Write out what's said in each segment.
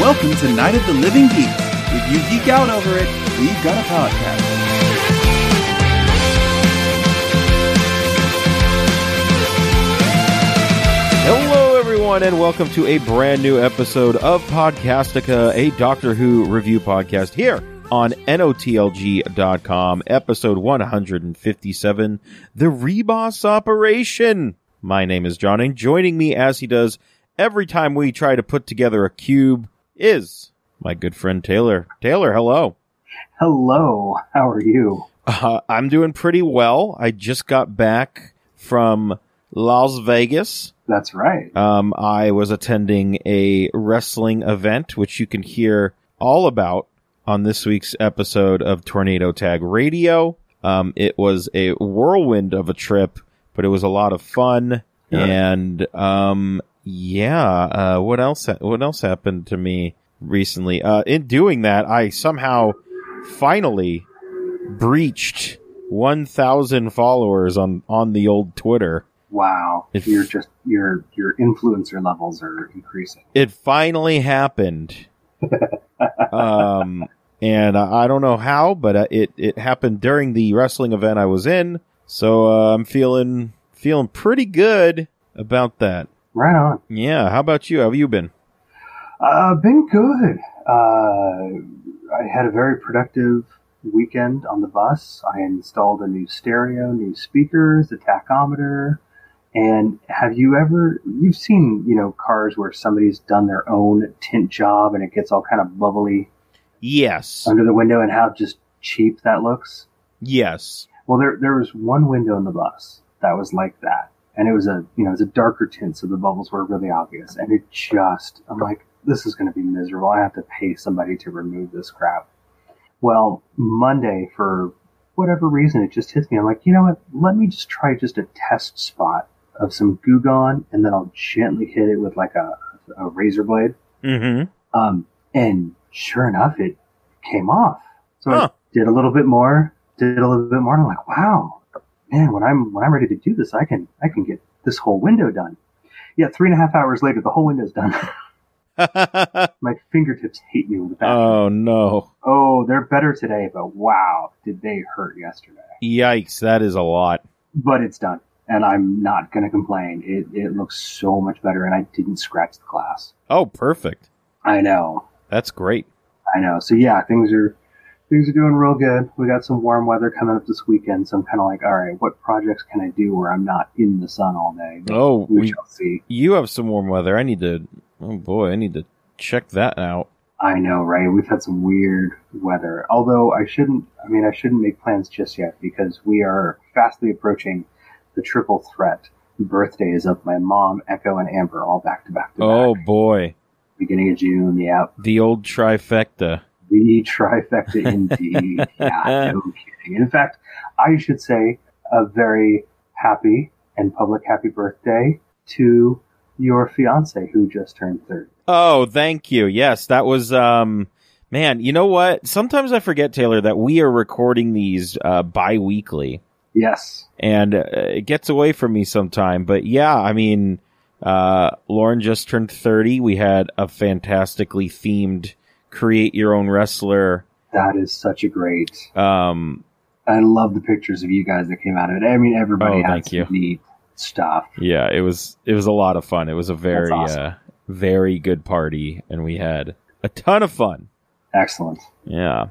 welcome to Night of the Living Geek. If you geek out over it, we've got a podcast. Hello, everyone, and welcome to a brand new episode of Podcastica, a Doctor Who review podcast here on NOTLG.com, episode 157 The Reboss Operation. My name is John, and joining me as he does every time we try to put together a cube is my good friend Taylor. Taylor, hello. Hello, how are you? Uh, I'm doing pretty well. I just got back from Las Vegas. That's right. Um, I was attending a wrestling event, which you can hear all about on this week's episode of Tornado Tag Radio. Um, it was a whirlwind of a trip, but it was a lot of fun. Yeah. And um, yeah, uh, what else? What else happened to me recently? Uh, in doing that, I somehow finally breached 1,000 followers on on the old Twitter. Wow. If- You're just your your influencer levels are increasing. it finally happened. um, and I I don't know how, but uh, it it happened during the wrestling event I was in. So uh, I'm feeling feeling pretty good about that. Right on. Yeah. How about you? How have you been? Uh been good. Uh I had a very productive weekend on the bus. I installed a new stereo, new speakers, a tachometer. And have you ever you've seen, you know, cars where somebody's done their own tint job and it gets all kind of bubbly Yes. under the window and how just cheap that looks? Yes. Well, there there was one window in the bus that was like that, and it was a you know it was a darker tint, so the bubbles were really obvious. And it just I'm like, this is going to be miserable. I have to pay somebody to remove this crap. Well, Monday for whatever reason, it just hits me. I'm like, you know what? Let me just try just a test spot of some Goo Gone, and then I'll gently hit it with like a, a razor blade. Mm-hmm. Um, and sure enough, it came off. So Huh. I did a little bit more, did a little bit more, and I'm like, wow, man, when I'm when I'm ready to do this, I can I can get this whole window done. Yeah, three and a half hours later, the whole window's done. My fingertips hate me with that. oh no! oh, they're better today, but wow, did they hurt yesterday? Yikes! That is a lot. But it's done, and I'm not gonna complain. It it looks so much better, and I didn't scratch the glass. Oh, perfect. I know. That's great. I know. So yeah, things are things are doing real good. We got some warm weather coming up this weekend, so I'm kind of like, all right, what projects can I do where I'm not in the sun all day? But Oh, we we, shall see. you have some warm weather. I need to. Oh boy, I need to check that out. I know, right? We've had some weird weather. Although I shouldn't, I mean, I shouldn't make plans just yet because we are fastly approaching the triple threat birthdays of my mom, Echo, and Amber, all back to back to Oh back. boy. Beginning of June, yeah, The old trifecta. The trifecta indeed. yeah, no kidding. In fact, I should say a very happy and public happy birthday to your fiance who just turned 30. Oh, thank you. Yes, that was um man, you know what? Sometimes I forget Taylor that we are recording these uh bi-weekly Yes. and uh, it gets away from me sometime, but yeah, I mean uh Lauren just turned 30. We had a fantastically themed create your own wrestler That is such a great. um I love the pictures of you guys that came out of it. I mean, everybody Oh, had thank some you. neat stuff. yeah, it was it was a lot of fun. It was a very awesome. uh very good party and we had a ton of fun. Excellent. Yeah.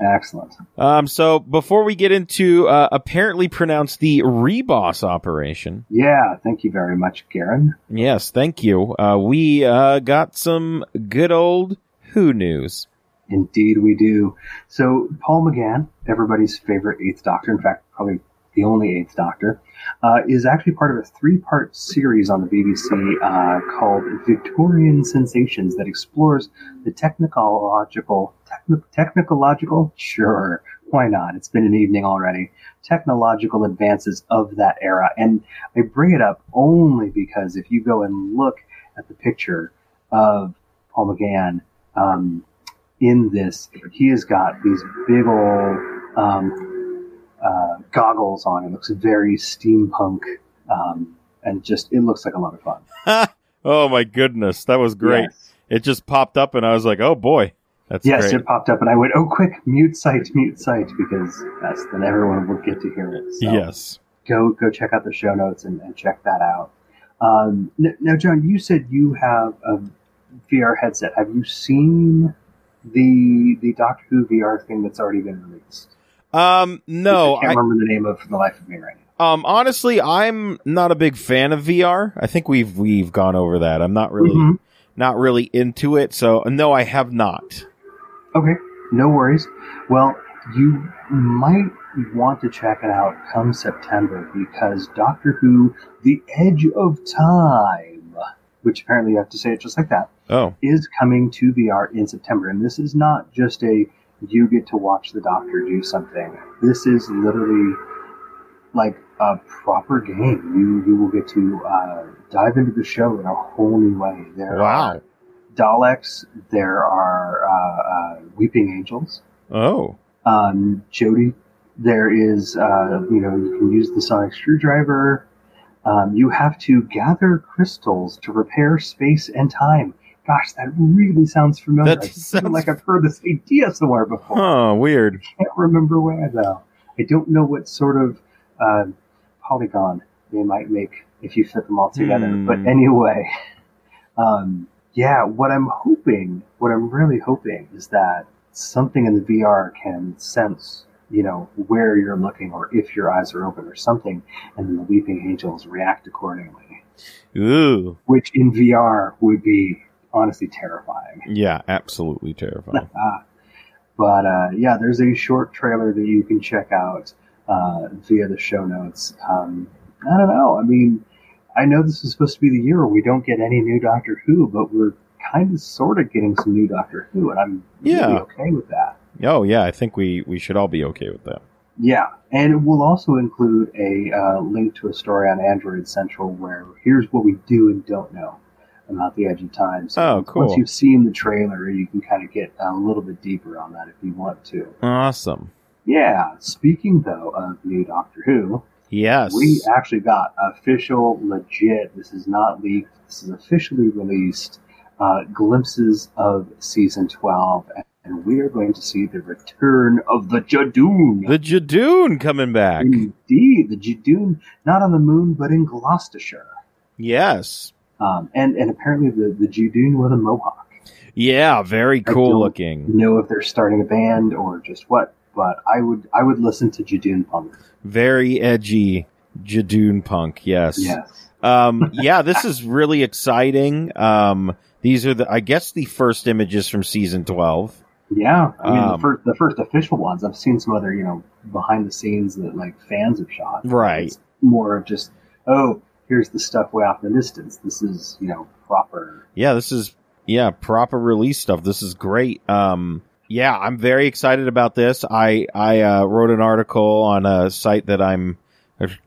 Excellent. Um, so before we get into uh, apparently pronounced the reboss operation, Yeah. Thank you very much, Garen. yes, thank you. Uh, we uh, got some good old Who news. Indeed, we do. So, Paul McGann, everybody's favorite Eighth Doctor, in fact, probably the only Eighth Doctor, uh, is actually part of a three part series on the BBC uh, called Victorian Sensations that explores the technological, techni- technological, sure, why not? It's been an evening already. Technological advances of that era. And I bring it up only because if you go and look at the picture of Paul McGann, um, in this, he has got these big old um, uh, goggles on. It looks very steampunk, um, and just it looks like a lot of fun. oh my goodness, that was great! Yes. It just popped up, and I was like, "Oh boy, that's yes, great." it popped up, and I went, "Oh, quick, mute site, mute site," because that's then everyone will get to hear it. So yes, go go check out the show notes and, and check that out. Um, n- now, John, you said you have a VR headset. Have you seen the the Doctor Who VR thing that's already been released? um, no, I can't remember the name of for the life of me right now. Um, honestly, I'm not a big fan of VR. I think we've we've gone over that. I'm not really Mhm. not really into it. So no, I have not. Okay, no worries. Well, you might want to check it out come September because Doctor Who: The Edge of Time, which apparently you have to say it just like that, Oh, is coming to VR in September. And this is not just a you get to watch the Doctor do something. This is literally like a proper game. You you will get to uh, dive into the show in a whole new way. There are wow. Daleks. There are uh, uh, Weeping Angels. Oh, Um, Jody. There is, uh, you know, you can use the sonic screwdriver. Um, you have to gather crystals to repair space and time. Gosh, that really sounds familiar. That I sounds- feel like I've heard this idea somewhere before. huh. Weird. I can't remember where though. I don't know what sort of uh, polygon they might make if you fit them all together. Hmm. But anyway, um, yeah, what I'm hoping, what I'm really hoping, is that something in the VR can sense, you know, where you're looking or if your eyes are open or something, and then the weeping angels react accordingly. Ooh, Which in VR would be honestly terrifying. yeah, absolutely terrifying. But uh, yeah, there's a short trailer that you can check out uh, via the show notes. Um, I don't know. I mean, I know this is supposed to be the year where we don't get any new Doctor Who, but we're kind of sort of getting some new Doctor Who, and I'm Yeah. really okay with that. oh yeah, I think we we should all be okay with that. Yeah, and it will also include a uh, link to a story on Android Central where here's what we do and don't know about the Edge of Time. So Oh, cool. once you've seen the trailer, you can kind of get a little bit deeper on that if you want to. Awesome. Yeah, speaking though of new Doctor Who, Yes. we actually got official, legit, this is not leaked, this is officially released uh, glimpses of season 12, and we are going to see the return of the Jadoon. the Jadoon coming back. Hmm. Indeed, the Jadoon, not on the moon, but in Gloucestershire. Yes. Um, and, and apparently the, the Jadoon with a mohawk. Yeah. Very I cool don't- looking. Know if they're starting a band or just what, but I would I would listen to Jadoon Punk. Very edgy Jadoon punk. Yes. Yes. Um, yeah, this is really exciting. Um, these are the, I guess, the first images from season twelve. Yeah, I mean Um, the, first, the first official ones. I've seen some other, you know, behind the scenes that like fans have shot. Right. It's more of just, oh, here's the stuff way off in the distance. This is, you know, proper. Yeah, this is yeah proper release stuff. This is great. Um, yeah, I'm very excited about this. I I uh, wrote an article on a site that I'm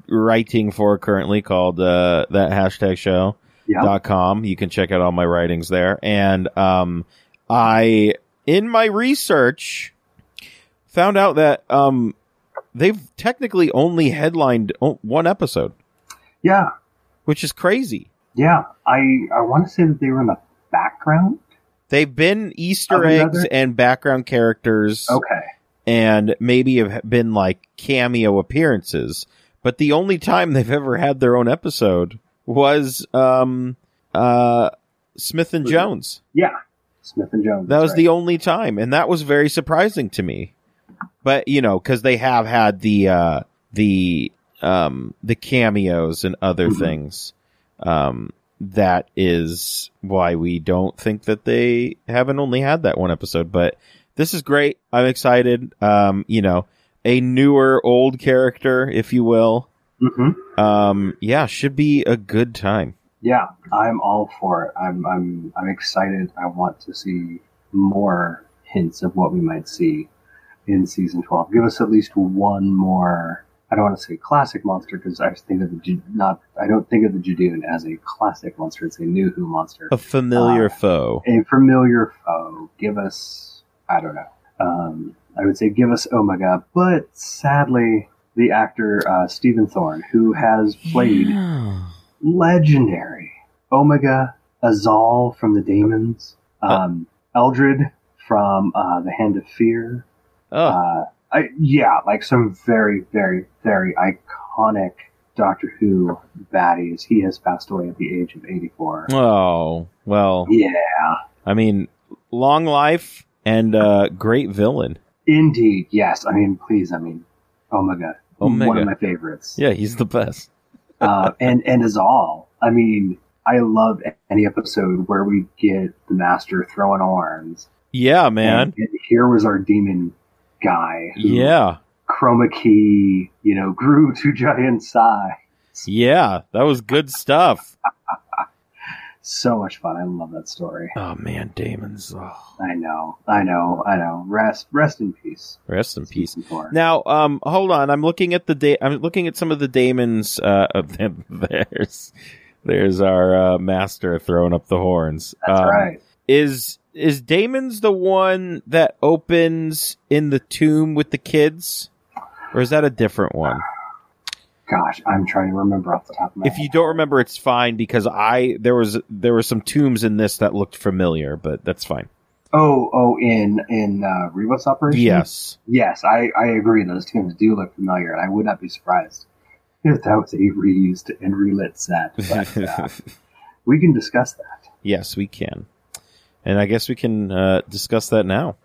writing for currently called uh, that hashtag show. Yeah. dot com. You can check out all my writings there. And um, I, in my research, found out that um, they've technically only headlined o- one episode, Yeah, which is crazy. yeah. I I want to say that they were in the background. They've been Easter Of another- eggs and background characters, Okay. and maybe have been like cameo appearances. But the only time they've ever had their own episode was um, uh, Smith and Was it- Jones. Yeah, Smith and Jones. That was right. the only time, and that was very surprising to me. But you know, because they have had the uh, the um, the cameos and other Mhm. things, um, that is why we don't think that they haven't only had that one episode. But this is great. I'm excited. Um, you know, a newer old character, if you will. Mhm. Um, yeah, should be a good time. Yeah, I'm all for it. I'm I'm I'm excited. I want to see more hints of what we might see in season 12. Give us at least one more. I don't want to say classic monster because I think of the Ju- not. I don't think of the Judoon as a classic monster. It's a new Who monster, A familiar Uh, foe. a familiar foe. Give us. I don't know. Um, I would say give us Omega, but sadly, the actor uh, Stephen Thorne, who has played legendary Omega Azal from the Demons, Um, Eldred from uh, The Hand of Fear. Oh, Uh, I, yeah, like some very, very, very iconic Doctor Who baddies. He has passed away at the age of 84. oh, well. Yeah, I mean, long life and uh, great villain. indeed. Yes. I mean, please. I mean, Omega. One Omega. of my favorites. Yeah, he's the best. uh, and and is all. I mean, I love any episode where we get the master throwing arms. Yeah, man. And, and here was our demon guy. who Yeah, Chroma key, you know, grew to giant size. yeah. That was good stuff. So much fun. I love that story. Oh man, Damon's. Oh. I know. I know. I know. Rest. Rest in peace. Rest in peace. Season four. Now, um, hold on. I'm looking at the da- I'm looking at some of the Damon's. Uh, of them. there's, there's our uh, master throwing up the horns. That's Um, right. Is is Damon's the one that opens in the tomb with the kids, or is that a different one? Gosh, I'm trying to remember off the top of my If you don't remember, it's fine because I there was there were some tombs in this that looked familiar, but that's fine. Oh, oh, in in uh, Rebus operation. Yes. Yes, I, I agree. Those tombs do look familiar, and I would not be surprised if that was a reused and relit set. But, uh, we can discuss that. yes, we can, and I guess we can uh, discuss that now.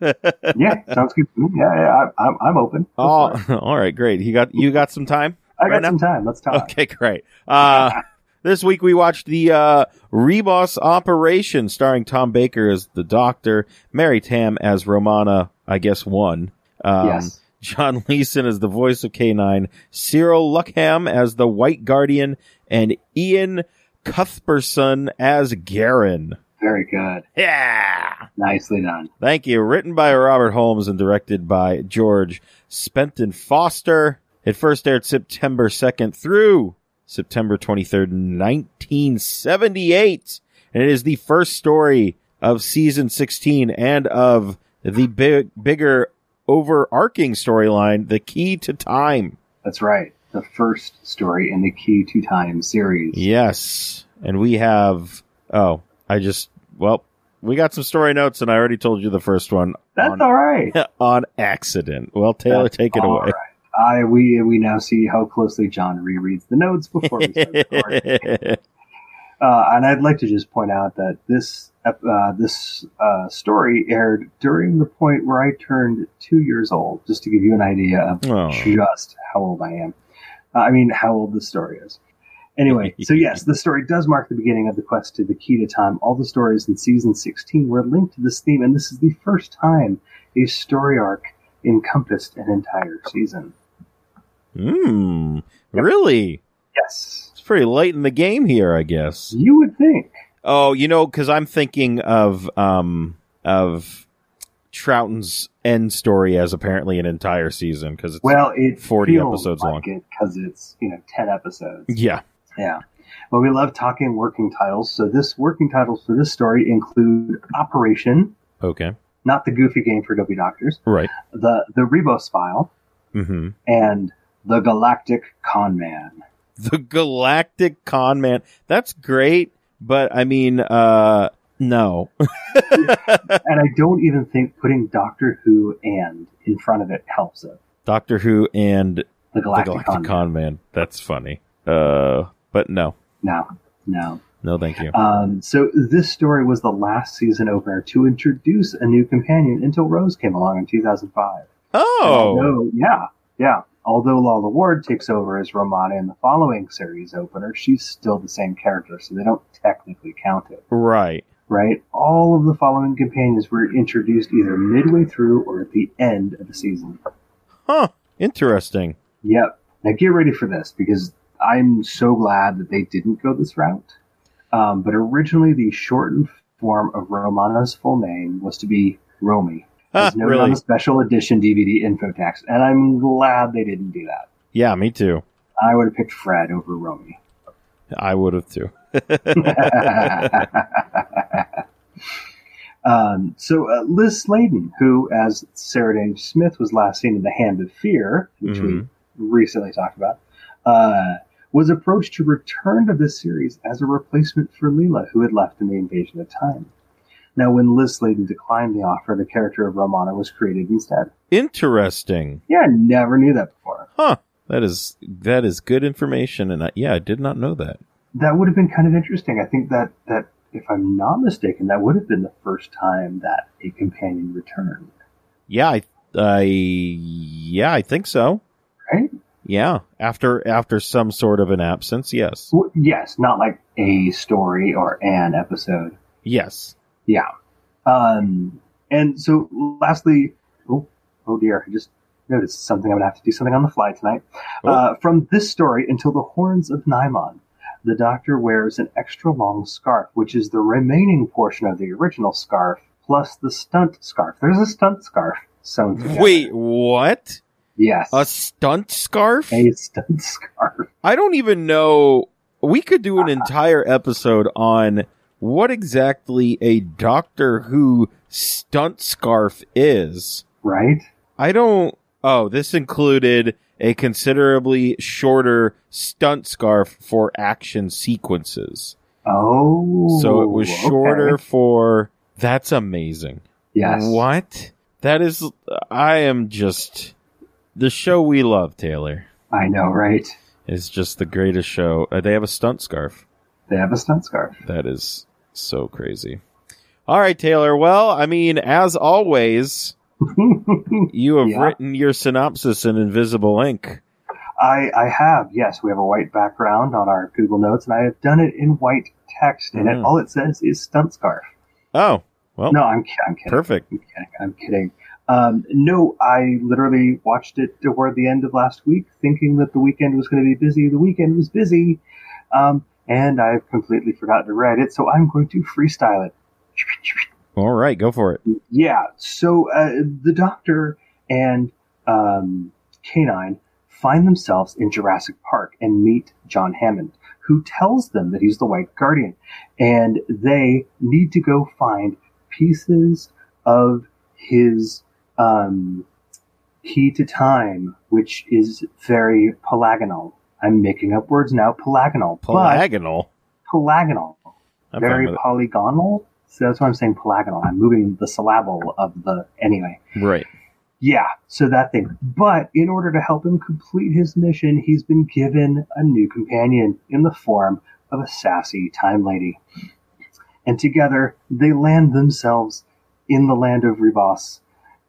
Yeah, sounds good. to me. Yeah, yeah I, I'm, I'm open. Go for it. Oh, all right, great. You got you got some time. I got right now? some time. Let's talk. Okay, great. Uh, this week we watched the uh, Reboss Operation, starring Tom Baker as the Doctor, Mary Tam as Romana, I guess one. Um, yes. John Leeson as the voice of K9, Cyril Luckham as the White Guardian, and Ian Cuthbertson as Garen. Very good. Yeah. Nicely done. Thank you. Written by Robert Holmes and directed by George Spenton Foster. It first aired September 2nd through September 23rd, 1978. And it is the first story of season 16 and of the big, bigger overarching storyline, The Key to Time. That's right. The first story in the Key to Time series. Yes. And we have, oh, I just, well, we got some story notes and I already told you the first one. That's on- all right. on accident. Well, Taylor, That's take it all away. right. I we we now see how closely John rereads the notes before we start recording. Uh, and I'd like to just point out that this ep- uh, this uh, story aired during the point where I turned two years old, just to give you an idea of Oh. just how old I am. Uh, I mean, how old this story is. Anyway, so yes, the story does mark the beginning of the quest to the key to time. All the stories in season 16 were linked to this theme, and this is the first time a story arc encompassed an entire season. Hmm. Really? Yes, It's pretty late in the game here, I guess. you would think. Oh, you know, because I'm thinking of um of Trouton's end story as apparently an entire season because it's Well, it 40 feels episodes like because it's you know 10 episodes. yeah. Yeah. Well, we love talking working titles. So this working titles for this story include Operation, Okay. not the goofy game for Dopey Doctors, Right. the the Rebos file, Mm-hmm. and the Galactic Con Man. The Galactic Con Man. That's great, but I mean, uh, no. and I don't even think putting Doctor Who and in front of it helps it. Doctor Who and The Galactic, the Galactic Con Con, Man. Man. That's funny. Uh, but no, No, no. no, thank you. Um, so this story was the last season opener to introduce a new companion until Rose came along in 2005. Oh, Although- yeah, yeah. Although Lala Ward takes over as Romana in the following series opener, she's still the same character, so they don't technically count it, right. right? All of the following companions were introduced either midway through or at the end of the season. Huh. Interesting. Yep. Now get ready for this because I'm so glad that they didn't go this route. Um, but originally, the shortened form of Romana's full name was to be Romy. Huh, As noted on Ah, really? the special edition DVD info text, and I'm glad they didn't do that. Yeah, me too. I would have picked Fred over Romy. I would have too. um, so uh, Liz Sladen, who as Sarah Jane Smith was last seen in The Hand of Fear, which Mhm. we recently talked about, uh, was approached to return to this series as a replacement for Leela, who had left in the Invasion of Time. Now, when Liz Sladen declined the offer, the character of Romana was created instead. Interesting. Yeah, I never knew that before. Huh. That is that is good information, and I, yeah, I did not know that. That would have been kind of interesting. I think that that if I'm not mistaken, that would have been the first time that a companion returned, Yeah, I, I yeah, I think so. right? Yeah, after after some sort of an absence, yes, Well, yes, not like a story or an episode. yes. Yeah. Um, and so lastly, oh, oh dear, I just noticed something. I'm going to have to do something on the fly tonight. Uh, from this story until the horns of Nymon, the doctor wears an extra long scarf, which is the remaining portion of the original scarf plus the stunt scarf. There's a stunt scarf sewn together. Wait, what? Yes. A stunt scarf? a stunt scarf. I don't even know. We could do Uh, an entire episode on what exactly a Doctor Who stunt scarf is. Right? I don't. Oh, this included a considerably shorter stunt scarf for action sequences. Oh. so it was okay. shorter for. That's amazing. Yes. What? That is. I am just. The show we love, Taylor, I know, right? is just the greatest show. Uh, They have a stunt scarf. They have a stunt scarf. That is so crazy. All right, Taylor. Well, I mean, as always, you have Yeah. written your synopsis in invisible ink. I, I have, yes, we have a white background on our Google Notes, and I have done it in white text, and Mhm. it, all it says is stunt scarf. Oh, well, No, I'm, ki- I'm kidding. perfect. I'm kidding. I'm kidding. Um, no, I literally watched it toward the end of last week, thinking that the weekend was going to be busy. The weekend was busy, um, and I've completely forgotten to write it, so I'm going to freestyle it. All right, go for it. Yeah. So uh, the Doctor and um, Canine find themselves in Jurassic Park and meet John Hammond, who tells them that he's the White Guardian, and they need to go find pieces of his um, key to time, which is very pelagonal. I'm making up words now. Pelagonal, but Polygonal. pelagonal I'm fine very with polygonal. So that's why I'm saying polygonal. I'm moving the syllable of the anyway. it. Right. Yeah, so that thing. But in order to help him complete his mission, he's been given a new companion in the form of a sassy time lady. And together they land themselves in the land of Ribas,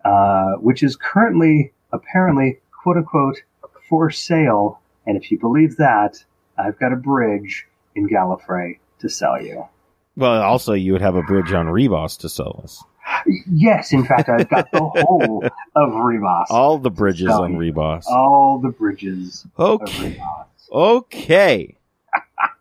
uh, which is currently, apparently, quote unquote, for sale. And if you believe that, I've got a bridge in Gallifrey to sell you. Well, also, you would have a bridge on Rebos to sell us. Yes, in fact, I've got the whole of Remos. All, All the bridges Sell on you. Rebos. the bridges of Okay. Remos. Okay.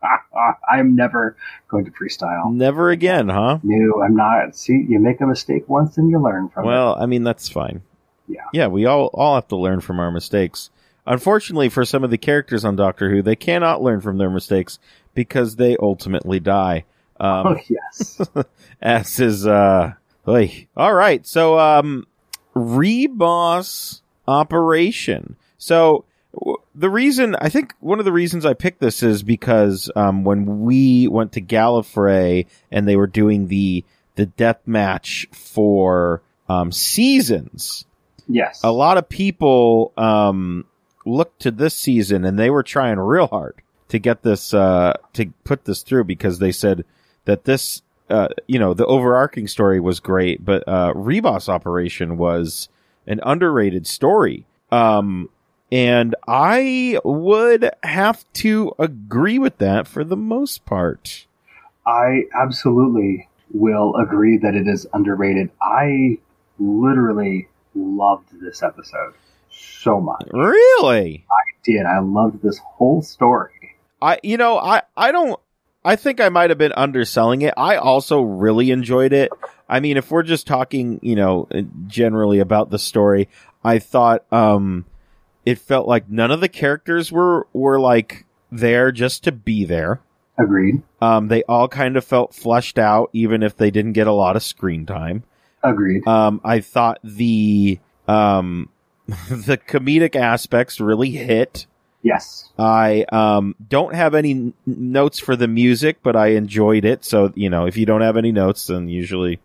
I'm never going to freestyle. Never again, huh? No, I'm not. See, you make a mistake once and you learn from it. Well, I mean that's fine. Yeah. Yeah, we all all have to learn from our mistakes. Unfortunately, for some of the characters on Doctor Who, they cannot learn from their mistakes because they ultimately die. Oh, Um, yes. as is, uh, oy. all right. So, um, reboss operation. So w- the reason I think one of the reasons I picked this is because um, when we went to Gallifrey and they were doing the the death match for um, seasons, yes. a lot of people um, looked to this season and they were trying real hard to get this uh, to put this through because they said that this uh, you know the overarching story was great but uh, Reboss Operation was an underrated story um, and I would have to agree with that for the most part. I absolutely will agree that it is underrated. I literally loved this episode so much. Really. I did. I loved this whole story. I you know I I don't I think I might have been underselling it. I also really enjoyed it. I mean, if we're just talking, you know, uh, generally about the story, I thought um it felt like none of the characters were were like there just to be there. Agreed. Um they all kind of felt fleshed out even if they didn't get a lot of screen time. Agreed. Um I thought the um the comedic aspects really hit. Yes. I um, don't have any n- notes for the music, but I enjoyed it. So you know, if you don't have any notes, then usually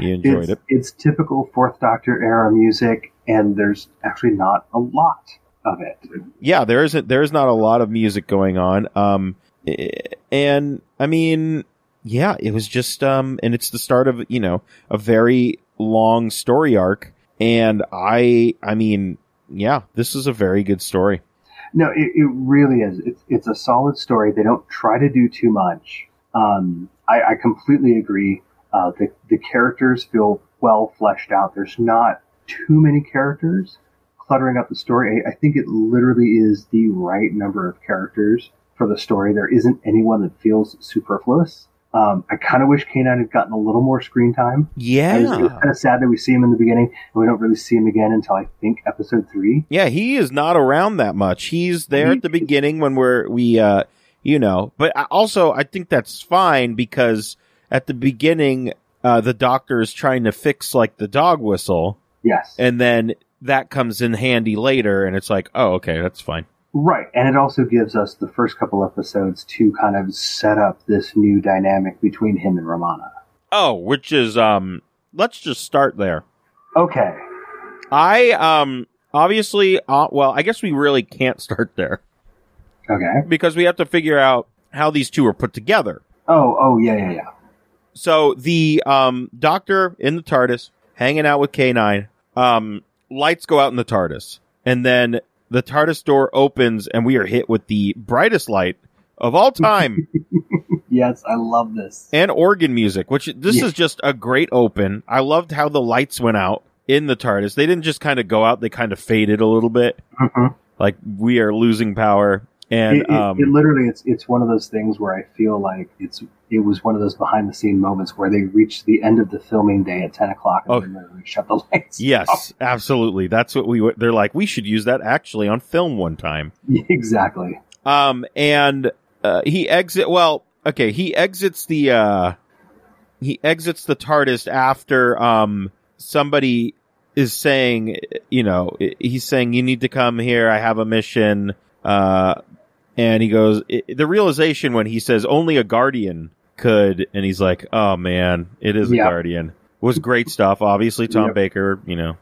You enjoyed it's, it. It's typical Fourth Doctor era music, and there's actually not a lot of it. yeah, there isn't there is not a lot of music going on. Um, eh, and I mean, yeah, it was just um, and it's the start of you know a very long story arc. And I, I mean, yeah, this is a very good story. No, it, it really is. It's it's a solid story. They don't try to do too much. Um, I, I completely agree. Uh, the the characters feel well fleshed out. There's not too many characters cluttering up the story. I, I think it literally is the right number of characters for the story. There isn't anyone that feels superfluous. Um, I kind of wish Kanan had gotten a little more screen time. I was, it was Yeah, kind of sad that we see him in the beginning and we don't really see him again until I think episode three. yeah, he is not around that much. He's there at the beginning when we're we, uh, you know. But I- also, I think that's fine because at the beginning, uh, the doctor is trying to fix like the dog whistle, Yes. and then that comes in handy later and it's like oh okay that's fine Right, and it also gives us the first couple episodes to kind of set up this new dynamic between him and Romana. oh which is um let's just start there Okay, i um obviously uh, well i guess we really can't start there okay. because we have to figure out how these two are put together Oh, oh, yeah, yeah, yeah. so the um doctor in the tardis hanging out with k9 um lights go out in the tardis and then the tardis door opens and we are hit with the brightest light of all time Yes, I love this. and organ music, which this Yeah. is just a great open. I loved how the lights went out in the TARDIS. They didn't just kind of go out; they kind of faded a little bit, Mhm. like we are losing power. And It, it, um, it literally, it's it's one of those things where I feel like it's it was one of those behind the scene moments where they reached the end of the filming day at ten o'clock and Oh. then they shut the lights. off. yes, absolutely. That's what we. were- They're like, we should use that actually on film one time. exactly. Um, and uh, he exit. Well, okay, he exits the. Uh, he exits the TARDIS after um somebody is saying, you know, he's saying you need to come here. I have a mission. Uh, and he goes. the realization when he says only a guardian could, and he's like, oh man, it is Yeah. a guardian. Was great stuff. Obviously, Tom Yep. Baker. You know,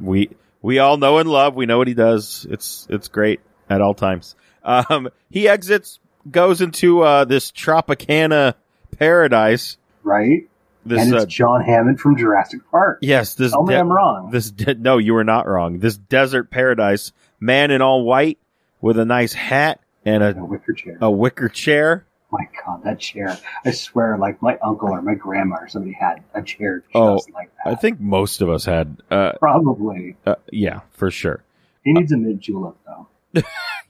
we we all know and love. We know what he does. It's it's great at all times. Um, he exits, goes into uh, this Tropicana paradise. Right, This and it's uh, John Hammond from Jurassic Park. yes, this Tell me de- I'm wrong. this de- no, you were not wrong. This desert paradise, man in all white with a nice hat and In a, a wicker chair. a wicker chair. My God, that chair! I swear, like my uncle or my grandma or somebody had a chair just Oh, like I that. think most of us had. Uh, Probably. uh, yeah, for sure. He needs a mint julep though.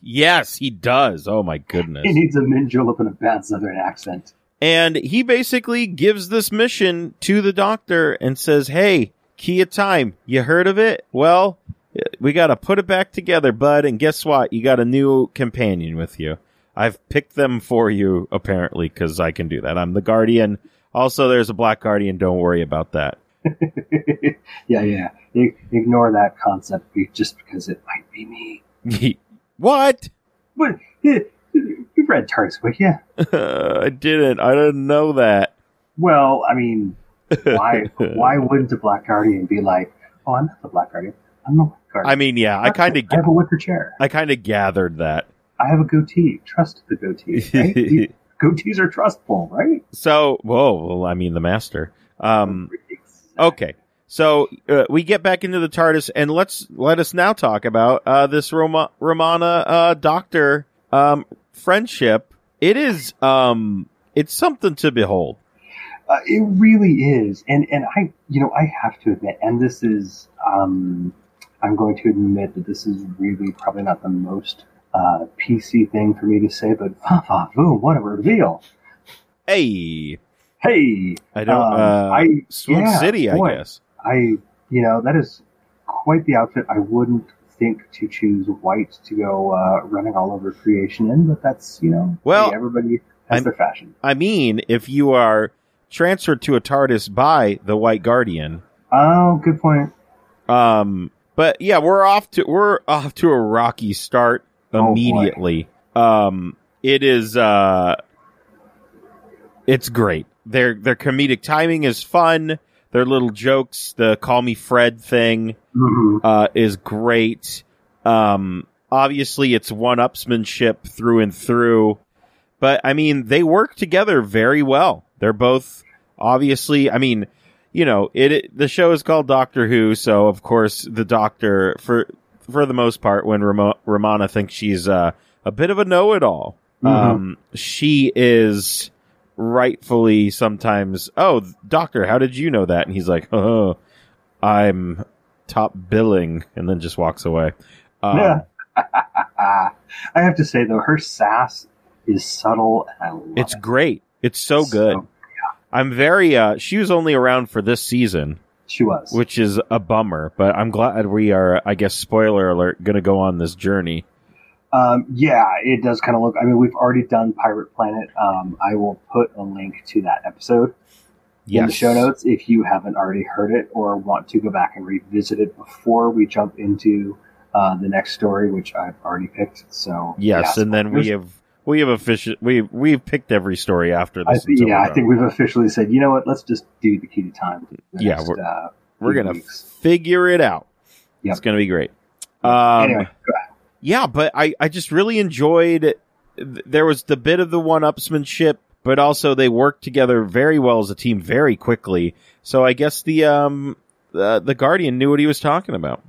Yes, he does. Oh my goodness. He needs a mint julep and a bad Southern accent. And he basically gives this mission to the doctor and says, Hey, key of time, you heard of it? Well, we got to put it back together, bud. And guess what? You got a new companion with you. I've picked them for you, apparently, because I can do that. I'm the guardian. Also, there's a black guardian. Don't worry about that. yeah, yeah. I- Ignore that concept be- just because it might be me. what? But eh, you've read Tars yeah. I didn't. I didn't know that. Well, I mean, why? why wouldn't the Black Guardian be like, "Oh, I'm not the Black Guardian. I'm the Black Guardian. I mean, yeah, I kind of, I have a wicker chair. I kind of gathered that. I have a goatee. Trust the goatee. Right? You- Goatees are trustful, right? So, whoa, well, I mean, the master. Um, Exactly. okay. So uh, we get back into the TARDIS, and let's let us now talk about uh, this Roma, Romana uh, Doctor um, friendship. It is um, it's something to behold. Uh, it really is, and and I, you know, I have to admit, and this is, um, I'm going to admit that this is really probably not the most uh, PC thing for me to say, but fa fa boom, what a reveal! Hey, Hey, I don't. Um, uh, I- Swoon yeah, City, boy. I guess. I, you know, that is quite the outfit. I wouldn't think to choose white to go uh, running all over creation in, but that's, you know, Well, hey, everybody has I'm- their fashion. I mean, if you are transferred to a TARDIS by the White Guardian, Oh, good point. Um, but yeah, we're off to we're off to a rocky start Oh, boy. immediately. um, it is uh, it's great. Their their comedic timing is fun. their little jokes. The call me Fred thing Mhm. uh, is great. Um, obviously, it's one upsmanship through and through, but I mean, they work together very well. They're both obviously, I mean, you know, it, it the show is called Doctor Who, so of course, the Doctor for for the most part, when Ramo- Romana thinks she's uh, a bit of a know-it-all, Mm-hmm. um, she is rightfully sometimes. Oh, Doctor, how did you know that? And he's like, oh, I'm top billing and then just walks away. Um, Yeah. Ah, I have to say though, her sass is subtle and I love It's it. great. It's so good. So, I'm very, uh, she was only around for this season, she was. which is a bummer, but I'm glad we are, I guess, spoiler alert, gonna go on this journey. Um, yeah, it does kind of look. I mean, we've already done Pirate Planet. Um, I will put a link to that episode in the show notes if you haven't already heard it or want to go back and revisit it before we jump into uh, the next story, which I've already picked. So Yes, and then we have, we have official, we, we've picked every story after I this. th- until yeah, we're I done. think we've officially said, you know what? Let's just do the key to time. for the Yeah, next, we're- uh, we're few gonna weeks. figure it out. Yep. It's gonna be great. Um, anyway, go ahead. Yeah, but I, I just really enjoyed. th- There was the bit of the one upsmanship, but also they worked together very well as a team very quickly. So I guess the um uh, the Guardian knew what he was talking about.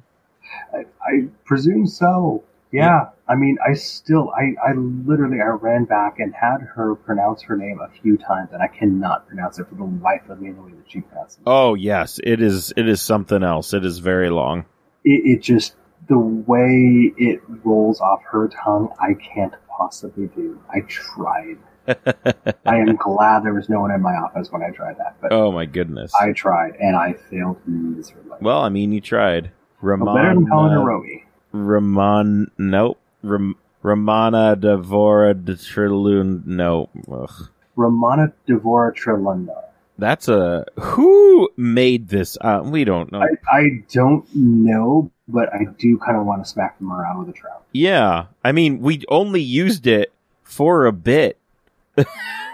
I presume so. Yeah. I mean, I still, I, I literally, I ran back and had her pronounce her name a few times, and I cannot pronounce it for the life of me the way that she pronounces it. Oh yes, it is it is something else. It is very long. It, it just, the way it rolls off her tongue, I can't possibly do. I tried. I am glad there was no one in my office when I tried that, but Oh my goodness. I tried, and I failed miserably. well, I mean, you tried. Well, better Ramon than Helena uh, Romy. Ramon nope. Ram, Ramana Devora de Trilun no. Ugh. Romana Devora Trelunda. That's a who made this? Uh, we don't know. I, I don't know, but I do kind of want to smack them around with a trowel. Yeah. I mean, we only used it for a bit,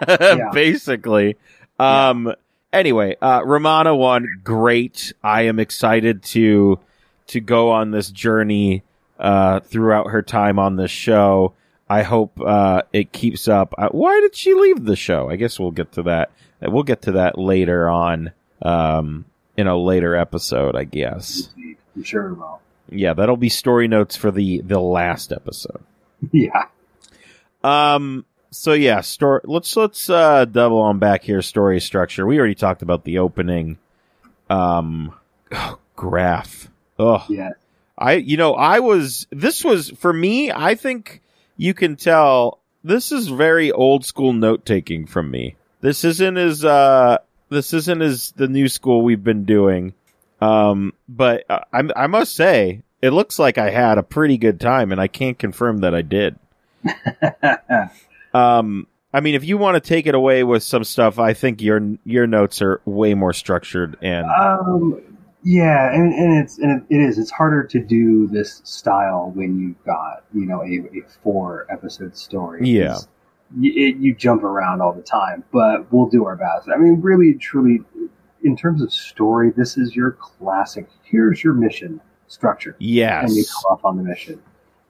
basically. Um, anyway, uh, Romana won. Great. I am excited to, to go on this journey, uh, throughout her time on this show. I hope, uh, it keeps up. Uh, why did she leave the show? I guess we'll get to that. Uh, We'll get to that later on, um, in a later episode, I guess. Indeed. I'm sure we will. Yeah, that'll be story notes for the, the last episode. Yeah. Um. So yeah, story. Let's let's uh, double on back here. Story structure. We already talked about the opening. Um, graph. Ugh. Yeah. I you know I was this was for me. I think you can tell this is very old school note taking from me. This isn't as uh this isn't as the new school we've been doing. Um, but I, I'm- I must say it looks like I had a pretty good time, and I can't confirm that I did. Um, I mean, if you want to take it away with some stuff, I think your your notes are way more structured and um, yeah, and, and it's and it is. It's harder to do this style when you've got you know a, a four episode story. Yeah. It's- You, it, you jump around all the time, but we'll do our best. I mean, really, truly, in terms of story, this is your classic. Here's your mission structure. and you yes, come up on the mission,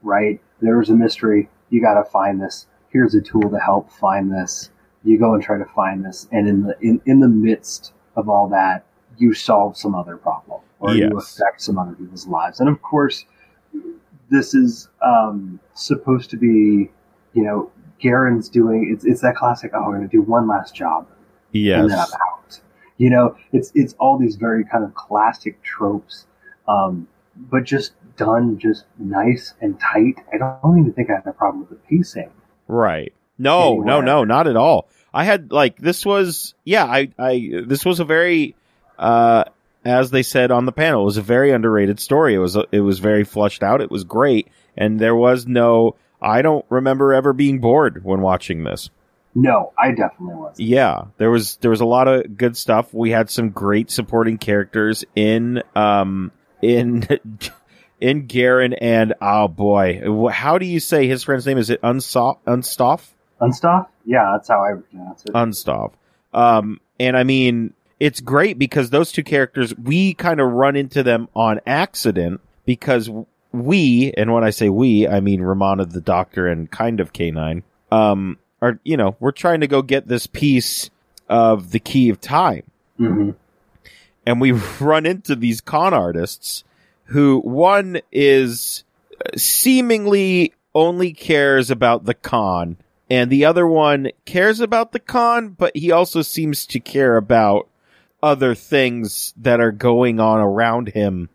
right? There was a mystery. You got to find this. Here's a tool to help find this. You go and try to find this, and in the in, in the midst of all that, you solve some other problem or you Yes. affect some other people's lives. And of course, this is um, supposed to be, you know, Garen's doing. It's it's that classic. Oh, we're going to do one last job and then I'm yes, out. You know, it's it's all these very kind of classic tropes, um, but just done just nice and tight. I don't even think I had a problem with the pacing. right. No, no, no, not at all. I had like this was yeah, I I this was a very uh as they said on the panel, it was a very underrated story. It was it was very flushed out. It was great, and there was no. I don't remember ever being bored when watching this. No, I definitely was. Yeah, there was there was a lot of good stuff. We had some great supporting characters in um in in Garen and oh boy, wh- how do you say his friend's name? Is it Unsoff Unstoff Uh, Unstuff? Yeah, that's how I would pronounce it. Unstoff? Um, and I mean it's great because those two characters, we kind of run into them on accident because we, and when I say we, I mean Romana the Doctor and kind of Canine, um, are, you know, we're trying to go get this piece of the key of time. hmm And we run into these con artists who one is uh, seemingly only cares about the con and the other one cares about the con, but he also seems to care about other things that are going on around him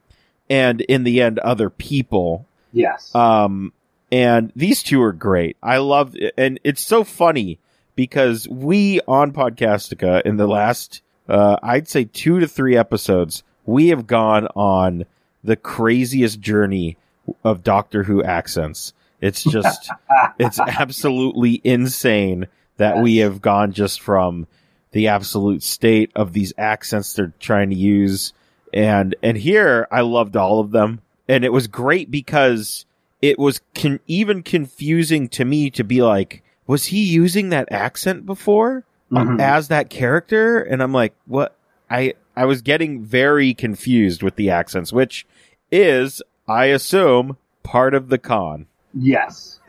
and in the end other people. Yes. Um, and these two are great. I love, and it's so funny because we on Podcastica in the last, uh, I'd say two to three episodes, we have gone on the craziest journey of Doctor Who accents. It's just, it's absolutely insane that we Yes. have gone just from the absolute state of these accents they're trying to use. And, and here I loved all of them. And it was great because it was con- even confusing to me to be like, was he using that accent before uh, Mhm. as that character? And I'm like, what? I, I was getting very confused with the accents, which is, I assume, part of the con. Yes,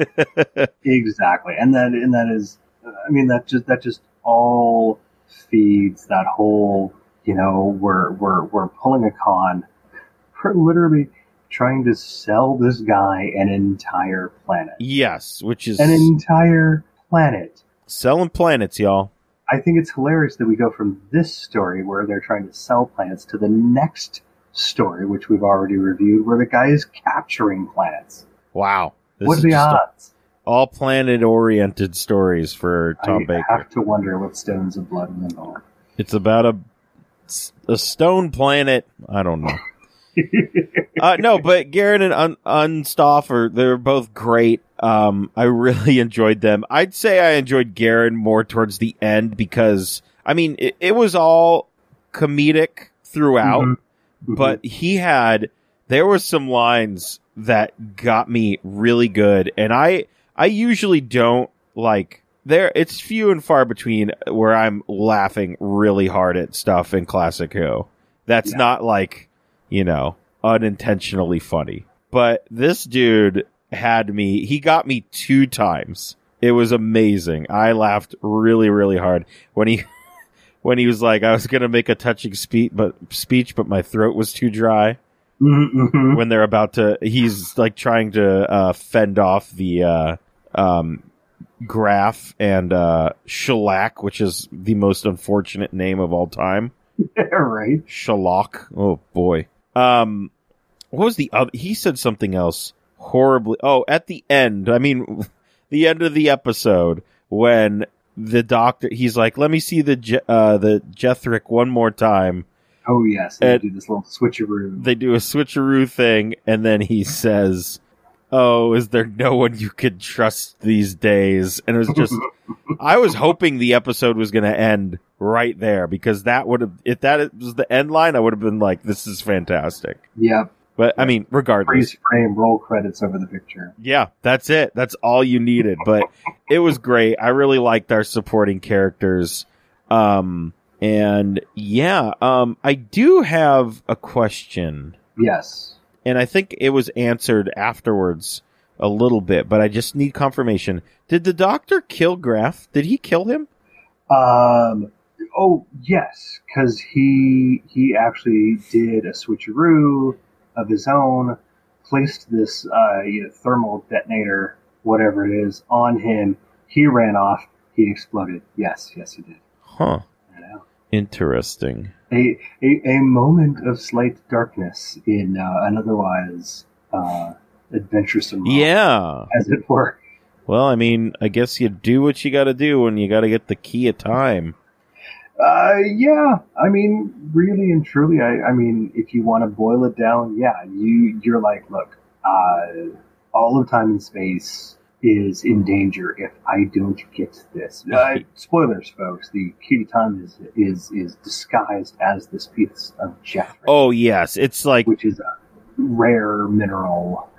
exactly, and that and that is, I mean, that just that just all feeds that whole, you know, we're we're we're pulling a con, we're literally trying to sell this guy an entire planet, Yes, which is an entire planet. selling planets, y'all. I think it's hilarious that we go from this story where they're trying to sell planets to the next story, which we've already reviewed, where the guy is capturing planets. Wow. This what is are the just odds? all planet oriented stories for Tom I Baker. have to wonder what stones of blood and all. It's about a a stone planet. I don't know. uh, no, but Garrett and Un- Unstoffer, they're both great. Um, I really enjoyed them. I'd say I enjoyed Garrett more towards the end because, I mean, it, it was all comedic throughout, Mhm. Mhm. but he had, there were some lines that got me really good. And I, I usually don't like there, it's few and far between where I'm laughing really hard at stuff in Classic Who. That's Yeah. not like, you know, unintentionally funny. But this dude had me, he got me two times. It was amazing. I laughed really, really hard when he, when he was like, I was going to make a touching speech, but speech, but my throat was too dry Mhm, mhm. when they're about to, he's like trying to, uh, fend off the, uh, um, Graf and, uh, Shellac, which is the most unfortunate name of all time. right. Shalak. Oh boy. Um, what was the other? He said something else horribly. Oh, at the end. I mean, the end of the episode when the doctor. He's like, "Let me see the Je- uh, the Jethric one more time." Oh yes, they And- do this little switcheroo. They do a switcheroo thing, and then he says, "Oh, is there no one you could trust these days?" And it was just. I was hoping the episode was going to end right there because that would have, if that was the end line, I would have been like, this is fantastic. yep. But I mean, regardless, Freeze frame, roll credits over the picture. yeah, that's it. That's all you needed. But it was great. I really liked our supporting characters. Um, and yeah, um, I do have a question Yes. and I think it was answered afterwards a little bit, but I just need confirmation. Did the doctor kill Graf? Did he kill him? Um. Oh yes, because he he actually did a switcheroo of his own, placed this uh, you know, thermal detonator, whatever it is, on him. He ran off. He exploded. Yes, yes, he did. Huh. I know. Interesting. a, a, a moment of slight darkness in uh, an otherwise uh, adventuresome romp, Yeah. as it were. Well, I mean, I guess you do what you got to do when you got to get the key of time. Uh, yeah, I mean, really and truly, I, I mean, if you want to boil it down, yeah, you you're like, look, uh, all of time and space is in danger if I don't get this. Uh, spoilers, folks. The key to time is is is disguised as this piece of jethro, Oh yes, it's like which is a rare mineral.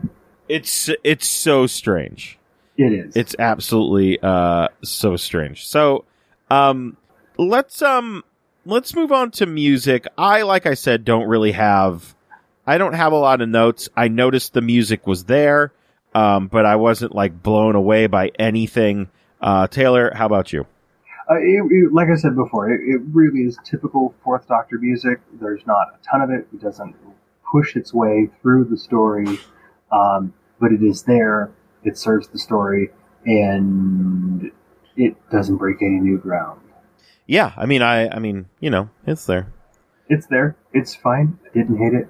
it's it's so strange. It is. It's absolutely uh so strange. So, um, let's um let's move on to music. I, like I said, don't really have. I don't have a lot of notes. I noticed the music was there, um, but I wasn't like blown away by anything. Uh, Taylor, how about you? Uh, it, it- like I said before, it, it really is typical Fourth Doctor music. There's not a ton of it. It doesn't push its way through the story, um, but it is there. It serves the story, and it doesn't break any new ground. Yeah, I mean, I, I mean, you know, it's there. It's there. It's fine. I didn't hate it.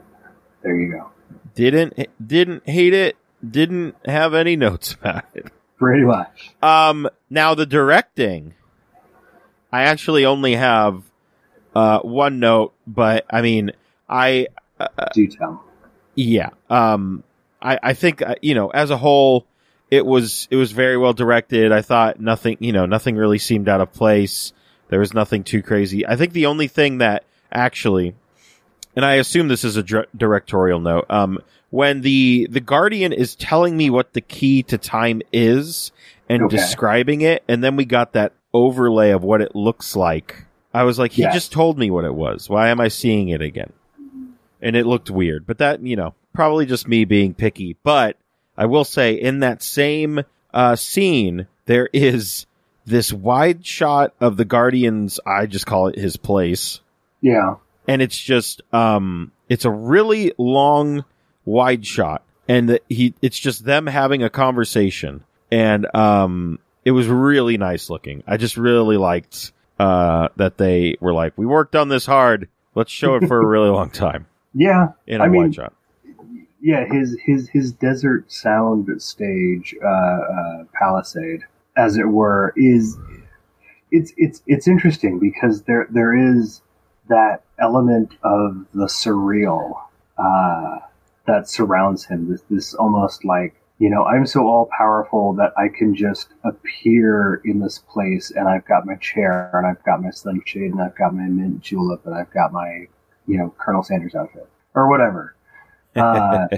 There you go. Didn't didn't hate it. Didn't have any notes about it. Pretty much. Um, now the directing, I actually only have uh one note, but I mean, I uh, Do tell. yeah. Um, I I think uh, you know as a whole, it was it was very well directed. I thought nothing you know nothing really seemed out of place. There was nothing too crazy. I think the only thing that actually, and I assume this is a dir- directorial note. Um, when the the guardian is telling me what the key to time is and Okay. describing it, and then we got that overlay of what it looks like. I was like, he Yeah. just told me what it was. Why am I seeing it again? and it looked weird. But that, you know, probably just me being picky. But I will say, in that same uh, scene, there is this wide shot of the Guardians. I just call it his place, Yeah. and it's just, um, it's a really long wide shot, and the, he, it's just them having a conversation, and um, it was really nice looking. I just really liked uh that they were like, we worked on this hard. Let's show it for a really long time Yeah. in a I mean, wide shot. yeah, his his his desert sound stage uh, uh, palisade, as it were, is it's it's it's interesting because there there is that element of the surreal uh, that surrounds him. This this almost like you know I'm so all powerful that I can just appear in this place, and I've got my chair, and I've got my sunshade, and I've got my mint julep, and I've got my you know Colonel Sanders outfit or whatever uh,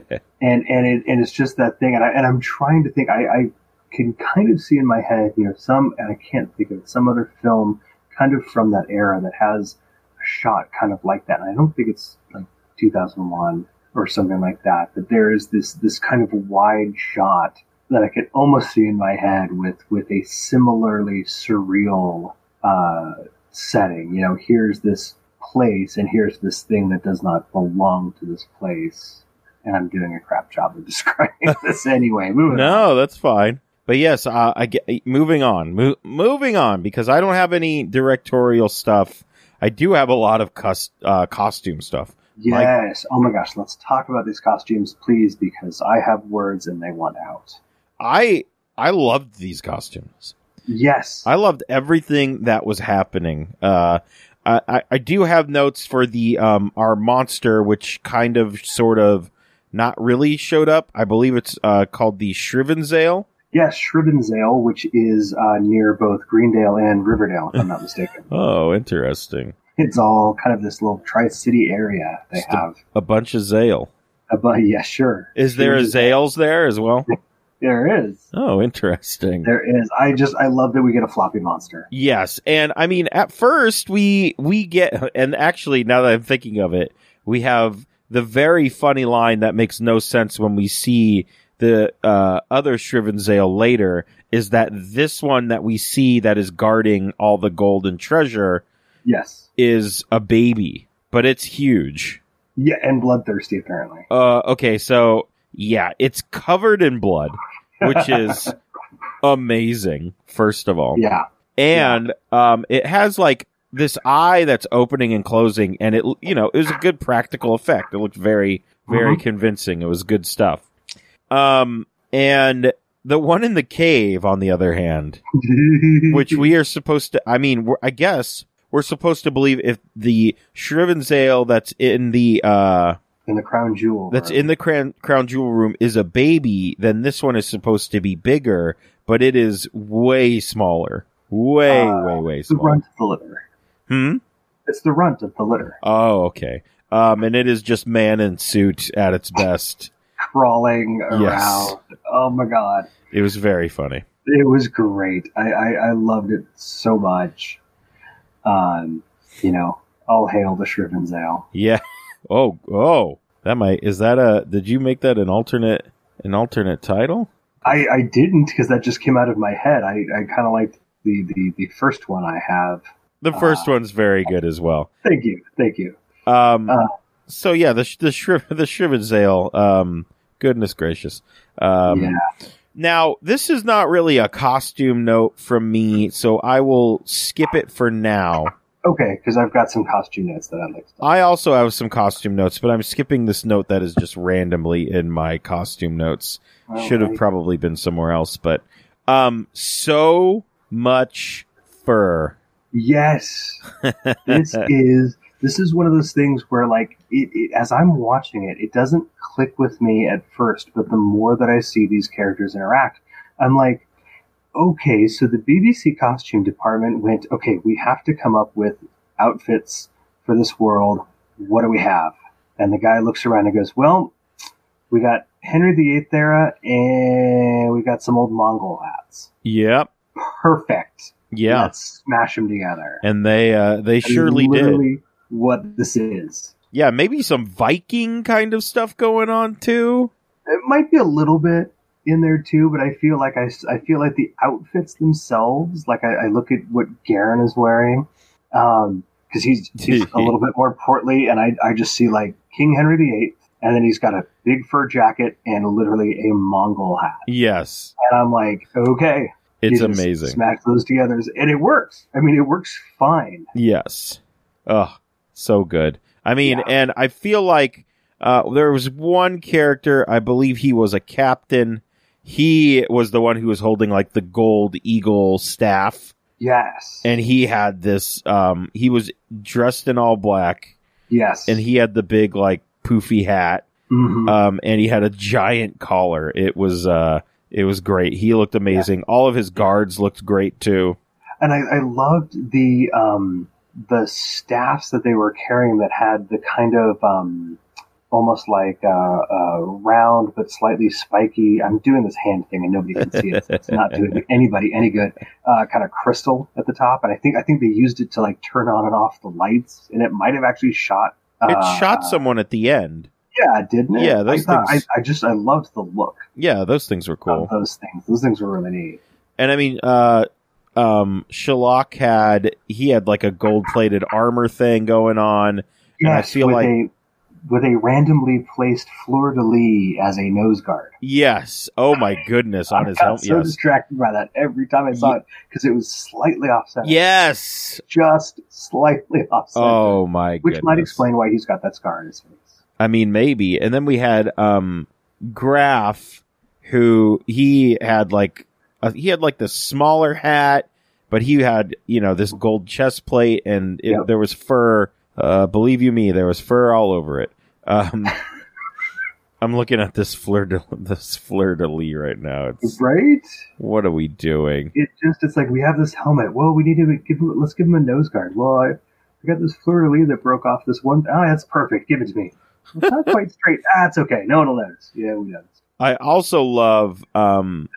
and and it and it's just that thing. And I and I'm trying to think. I, I can kind of see in my head, you know, some and I can't think of it, some other film kind of from that era that has a shot kind of like that. And I don't think it's like 2001 or something like that. But there is this this kind of wide shot that I could almost see in my head with with a similarly surreal uh, setting. You know, here's this place and here's this thing that does not belong to this place. And I'm doing a crap job of describing this anyway. Moving on. No, that's fine. But yes, uh, I get, moving on, Mo- moving on, because I don't have any directorial stuff. I do have a lot of cus- uh, costume stuff. Yes. oh my gosh. Let's talk about these costumes, please, because I have words and they want out. I I loved these costumes. Yes. I loved everything that was happening. Uh, I, I I do have notes for the um our monster, which kind of sort of not really showed up. I believe it's uh called the Shrivenzale. yes. Shrivenzale, which is uh, near both Greendale and Riverdale, if I'm not mistaken. Oh, interesting. It's all kind of this little tri city area they It's the- have. A bunch of Zale. Uh, but yeah, sure. Is there a Zales there as well? There is. Oh, interesting. There is. I just I love that we get a floppy monster. Yes, and I mean at first we we get and actually now that I'm thinking of it, we have the very funny line that makes no sense when we see the uh, other Shrivenzale later is that this one that we see that is guarding all the gold and treasure Yes. is a baby, but it's huge. Yeah, and bloodthirsty apparently. Uh, okay, so yeah, it's covered in blood, which is amazing. First of all, Yeah. and um, it has like this eye that's opening and closing, and it you know it was a good practical effect. It looked very very Mm-hmm. convincing. It was good stuff. Um, and the one in the cave, on the other hand, Mm-hmm. which we are supposed to, I mean, we're, I guess we're supposed to believe if the Shrivenzale that's in the uh in the crown jewel. that's room. in the crown crown jewel room is a baby, then this one is supposed to be bigger, but it is way smaller. Way, Uh, way, way It's the smaller. runt of the litter. Hmm? It's the runt of the litter. Oh, okay. Um, and it is just man in suit at its best. Crawling around. Yes. Oh my god. It was very funny. It was great. I, I, I loved it so much. Um you know, all hail the Shriven's Ale. Yeah. Oh, oh. That might is that a did you make that an alternate an alternate title? I, I didn't because that just came out of my head. I, I kind of liked the, the, the first one I have. The Uh, first one's very good as well. Thank you. Thank you. Um Uh. so yeah, the sh- the shriv- the Shriven's Ale um goodness gracious. Um yeah. Now, this is not really a costume note from me, so I will skip it for now. Okay. Because I've got some costume notes that I'd like to I also have some costume notes, but I'm skipping this note that is just randomly in my costume notes. Should have probably been somewhere else, but um so much fur. Yes. this is this is one of those things where like it, it as I'm watching it, it doesn't click with me at first, but the more that I see these characters interact, I'm like, okay, so the BBC costume department went, okay, we have to come up with outfits for this world. What do we have? And the guy looks around and goes, well, we got Henry VIII era and we got some old Mongol hats. Yep. Perfect. Yeah. Let's smash them together. And they uh they That is surely did. literally What this is, Yeah, maybe some Viking kind of stuff going on too. it might be a little bit in there too, but I feel like I, s- I feel like the outfits themselves. Like I, I look at what Garen is wearing, because he's, he's a little bit more portly, and I I just see like King Henry VIII, and then he's got a big fur jacket and literally a Mongol hat, Yes. and I'm like, okay, It's you just amazing. Smash those together, and it works. I mean, it works fine. Yes. Oh, so good. I mean, Yeah. and I feel like uh, there was one character, I believe he was a captain. He was the one who was holding like the gold eagle staff, Yes, and he had this. Um, he was dressed in all black, yes, and he had the big like poofy hat, Mhm. um, and he had a giant collar. It was uh, it was great. He looked amazing. All of his guards looked great too. and I, I loved the um, the staffs that they were carrying that had the kind of um, almost like uh, uh, round but slightly spiky. I'm doing this hand thing and nobody can see it. so It's not doing anybody any good. Uh, kind of crystal at the top, and I think I think they used it to like turn on and off the lights, and it might have actually shot. Uh, It shot someone at the end. Yeah, didn't it? Yeah, those I, thought- things- I, I just I loved the look Yeah, those things were cool. of those things. Those things were really neat. And I mean, uh, um, Shalak had he had like a gold plated armor thing going on. And I feel with like- a, with a randomly placed fleur de lis as a nose guard. Yes. Oh my goodness, on his I got helmet. so Yes. distracted by that every time I saw Ye- it because it was slightly offset. Yes. just slightly offset. Oh my which goodness. might explain why he's got that scar on his face. I mean, maybe. And then we had um, Graf, who he had like a, he had like the smaller hat, but he had you know this gold chest plate, and it, Yep. there was fur. Uh, believe you me, there was fur all over it. Um, I'm looking at this fleur de this fleur de lis right now. It's Right? what are we doing? It just it's like we have this helmet. Well, we need to give him, let's give him a nose guard. Well, I, I got this fleur de lis that broke off this one. Ah, that's perfect. Give it to me. It's not quite straight. Ah, it's okay. No one will notice. Yeah, we notice. I also love um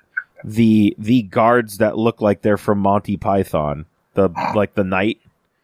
the the guards that look like they're from Monty Python. The like the knight.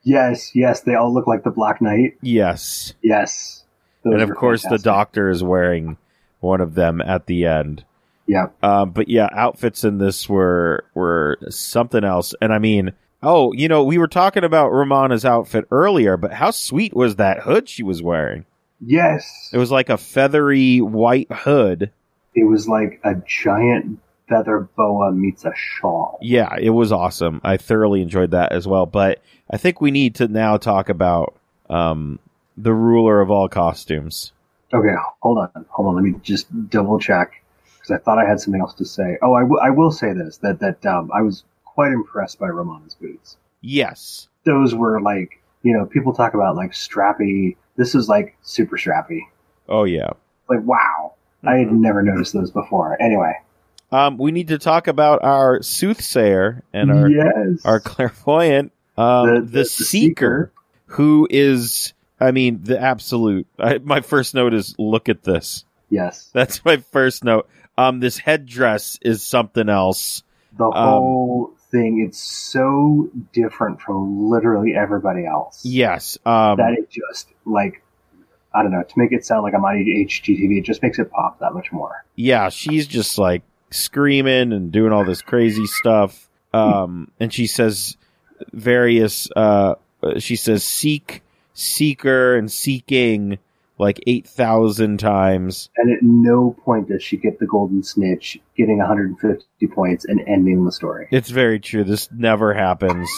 Yes, yes, they all look like the Black Knight. Yes. Yes. Those and of were course the fantastic. doctor is wearing one of them at the end Yeah. um, but yeah outfits in this were were something else and i mean oh you know we were talking about romana's outfit earlier but how sweet was that hood she was wearing Yes. it was like a feathery white hood It was like a giant feather boa meets a shawl. yeah it was awesome i thoroughly enjoyed that as well but i think we need to now talk about um, the ruler of all costumes Okay, hold on, hold on. Let me just double check because I thought I had something else to say. Oh, I, w- I will say this that that um, I was quite impressed by Romana's boots. yes Those were like you know people talk about like strappy. This is like super strappy. oh yeah Like wow, I Mm-hmm. had never noticed those before. Anyway, um, we need to talk about our soothsayer and our yes, our clairvoyant, um, the, seeker, who is, I mean, the absolute. I, my first note is look at this. Yes, That's my first note. Um, this headdress is something else. the whole thing, it's so different from literally everybody else Yes. Um, that it just like I don't know to make it sound like I'm on HGTV. It just makes it pop that much more. yeah, she's just like screaming and doing all this crazy stuff. Um, and she says various, uh, she says seek, seeker, and seeking like 8,000 times. And at no point does she get the golden snitch, getting 150 points and ending the story. It's very true. This never happens.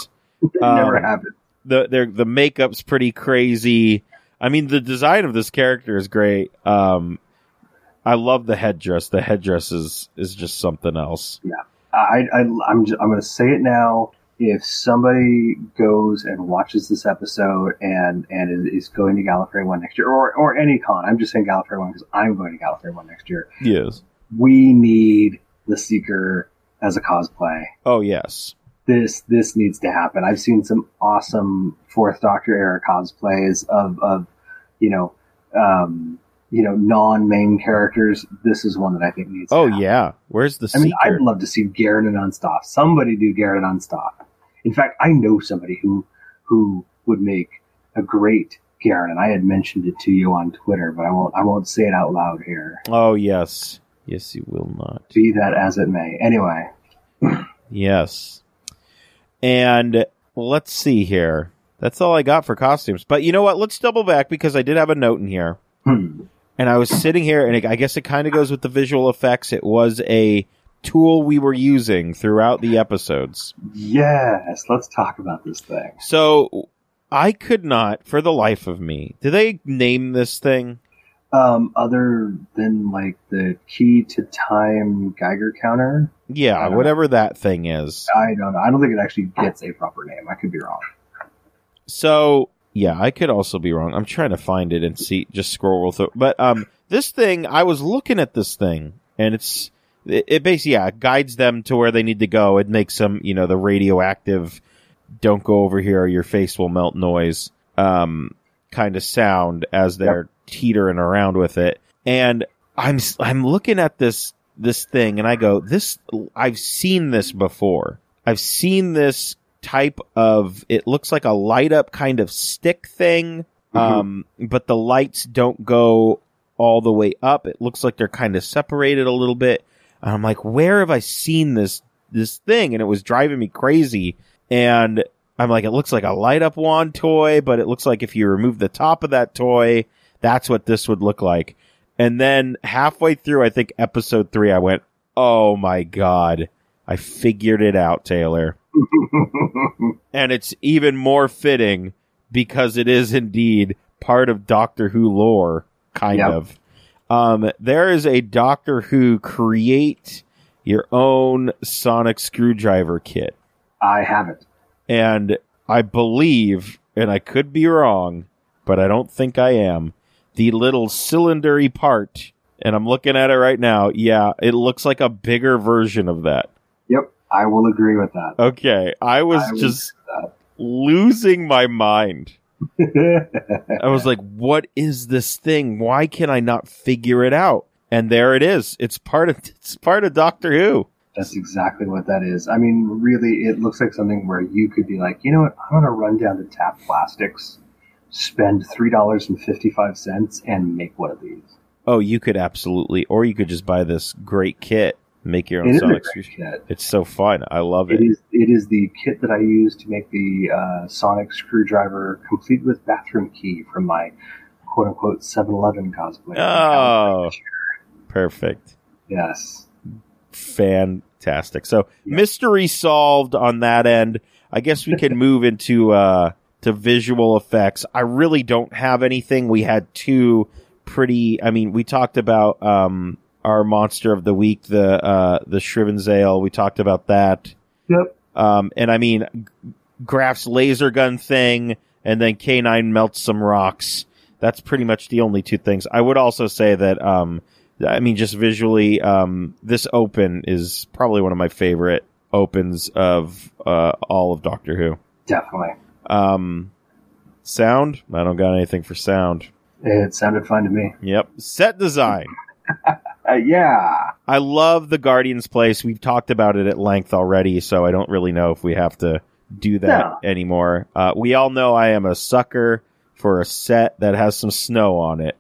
It never Um, happened. The, their, the makeup's pretty crazy. I mean, the design of this character is great. Um, I love the headdress. The headdress is, is just something else. I, I I'm just, I'm going to say it now. If somebody goes and watches this episode and and is, is going to Gallifrey One next year, or or any con, I'm just saying Gallifrey One because I'm going to Gallifrey One next year. Yes. We need the Seeker as a cosplay. Oh, yes. This this needs to happen. I've seen some awesome Fourth Doctor era cosplays of of you know um, you know non main characters. This is one that I think needs. to Oh happen. yeah, where's the I mean, seeker? I'd love to see Garrett and Unstop. Somebody do Garrett and Unstop. In fact, I know somebody who who would make a great Garrett, and I had mentioned it to you on Twitter, but I won't I won't say it out loud here. oh yes, yes, you will not. Be that as it may. Anyway, Yes, and let's see here. That's all I got for costumes. But you know what? Let's double back because I did have a note in here, hmm, and I was sitting here, and it, I guess it kind of goes with the visual effects. It was a tool we were using throughout the episodes. yes, let's talk about this thing. So I could not, for the life of me, did they name this thing? Um, other than like the key to time Geiger counter, I Yeah, don't know. whatever that thing is. I don't know. I don't think it actually gets a proper name. I could be wrong. So yeah, I could also be wrong. I'm trying to find it and see. Just scroll through. But um, this thing, I was looking at this thing, and it's it, it basically yeah it guides them to where they need to go. It makes them you know the radioactive "don't go over here or your face will melt" noise um kind of sound as they're teetering around with it. And I'm s- I'm looking at this this thing, and I go this I've seen this before. I've seen this type of it looks like a light up kind of stick thing um but the lights don't go all the way up it looks like they're kind of separated a little bit and i'm like where have i seen this this thing and it was driving me crazy and i'm like it looks like a light up wand toy but it looks like if you remove the top of that toy that's what this would look like and then halfway through i think episode 3 i went oh my god i figured it out taylor and it's even more fitting because it is indeed part of Doctor Who lore, kind Yep. of. Um, there is a Doctor Who create your own sonic screwdriver kit, I haven't. and I believe, and I could be wrong, but I don't think I am. The little cylindery part, and I'm looking at it right now. Yeah, it looks like a bigger version of that. Yep, I will agree with that. Okay, I was I will just losing my mind. I was like, what is this thing? Why can I not figure it out? And there it is. It's part of it's part of Doctor Who. That's exactly what that is. I mean, really, it looks like something where you could be like, you know what? I'm going to run down to Tap Plastics, spend three dollars and fifty five cents, and make one of these. Oh, you could absolutely or you could just buy this great kit, make your It own is a Sonic great Screwdriver. kit. It's so fun. I love It it. is. It is the kit that I use to make the uh, Sonic screwdriver, complete with bathroom key from my quote unquote 7-Eleven cosplay. Oh. Perfect. Yes. Fantastic. So Yeah. mystery solved on that end. I guess we can move into uh to visual effects. I really don't have anything. We had two pretty I mean, we talked about um our monster of the week, the uh the Shriven's Ale. We talked about that. Yep. Um and I mean G- Graf's laser gun thing and then K9 melts some rocks. That's pretty much the only two things. I would also say that um I mean, just visually, um, this open is probably one of my favorite opens of uh, all of Doctor Who. Definitely. Um, sound? I don't got anything for sound. It sounded fun to me. Yep. Set design. Uh, yeah. I love the Guardian's Place. We've talked about it at length already, so I don't really know if we have to do that anymore. Uh, we all know I am a sucker for a set that has some snow on it.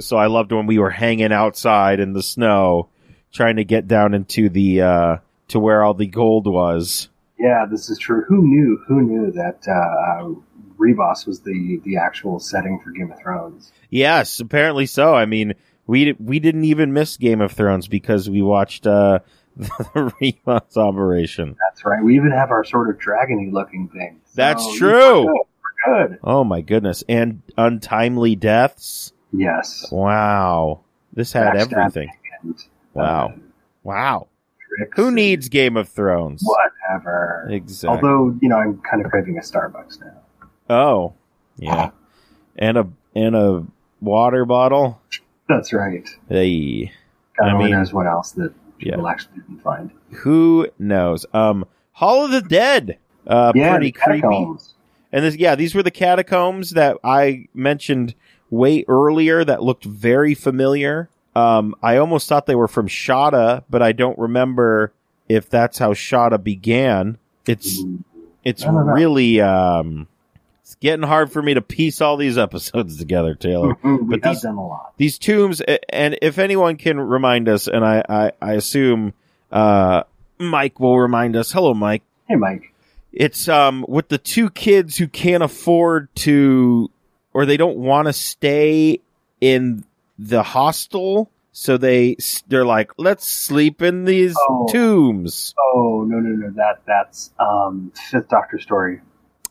So I loved when we were hanging outside in the snow, trying to get down into the uh, to where all the gold was. Yeah, this is true. Who knew? Who knew that uh, Reboss was the the actual setting for Game of Thrones? Yes, apparently so. I mean, we we didn't even miss Game of Thrones because we watched uh, the Remos operation. That's right. We even have our sort of dragony looking thing. So That's true. We're good. Oh my goodness! And untimely deaths. Yes. Wow, this had Backstab everything. And, Wow. um, Wow, tricks who and needs Game of Thrones? whatever? Exactly. Although you know, I'm kind of craving a Starbucks now. oh, yeah, and a and a water bottle. That's right. Hey, God I only mean- knows what else that Yeah. people actually didn't find. who knows? Um, Hall of the Dead. Uh, yeah, pretty the creepy. catacombs. And this, yeah, these were the catacombs that I mentioned way earlier that looked very familiar. Um, I almost thought they were from Shada, but I don't remember if that's how Shada began. It's Mm, it's I don't know. really um, it's getting hard for me to piece all these episodes together, Taylor. mhm, We Oh, but have these- done a lot. these tombs, a- and if anyone can remind us, and I I, I assume uh, Mike will remind us. Hello, Mike. Hey, Mike. It's um with the two kids who can't afford to or they don't want to stay in the hostel, so they s- they're like, "Let's sleep in these Oh. tombs." Oh no no no that that's um Fifth Doctor story.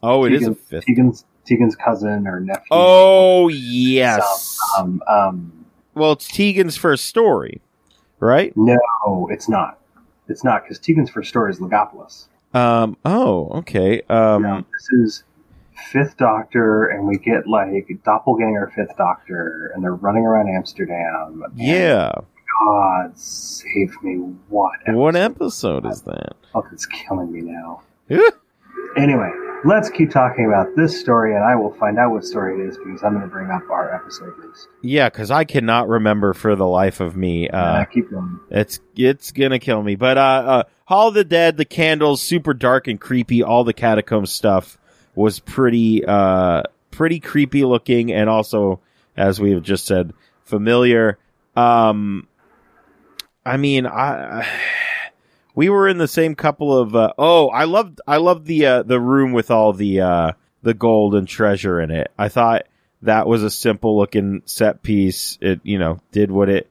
Oh, it is a Tegan- fifth. Tegan's Tegan's cousin or nephew. Oh, yes. um, um Well, it's Tegan's first story, right? no, oh, it's not. It's not because Tegan's first story is Legopolis. Um oh, okay. Um No, this is Fifth Doctor, and we get like doppelganger Fifth Doctor, and they're running around Amsterdam. and yeah. God save me! What? What episode is that? Oh, it's killing me now. Yeah. Anyway, let's keep talking about this story, and I will find out what story it is because I'm going to bring up our episode list. Yeah, cuz I cannot remember for the life of me. Uh Uh, keep going. It's it's gonna kill me. But uh, uh Hall of the Dead, the candles, super dark and creepy. All the catacomb stuff was pretty uh pretty creepy looking, and also as we have just said, familiar. Um, I mean, I. I we were in the same couple of uh, oh i loved i loved the uh, the room with all the uh the gold and treasure in it i thought that was a simple looking set piece it you know did what it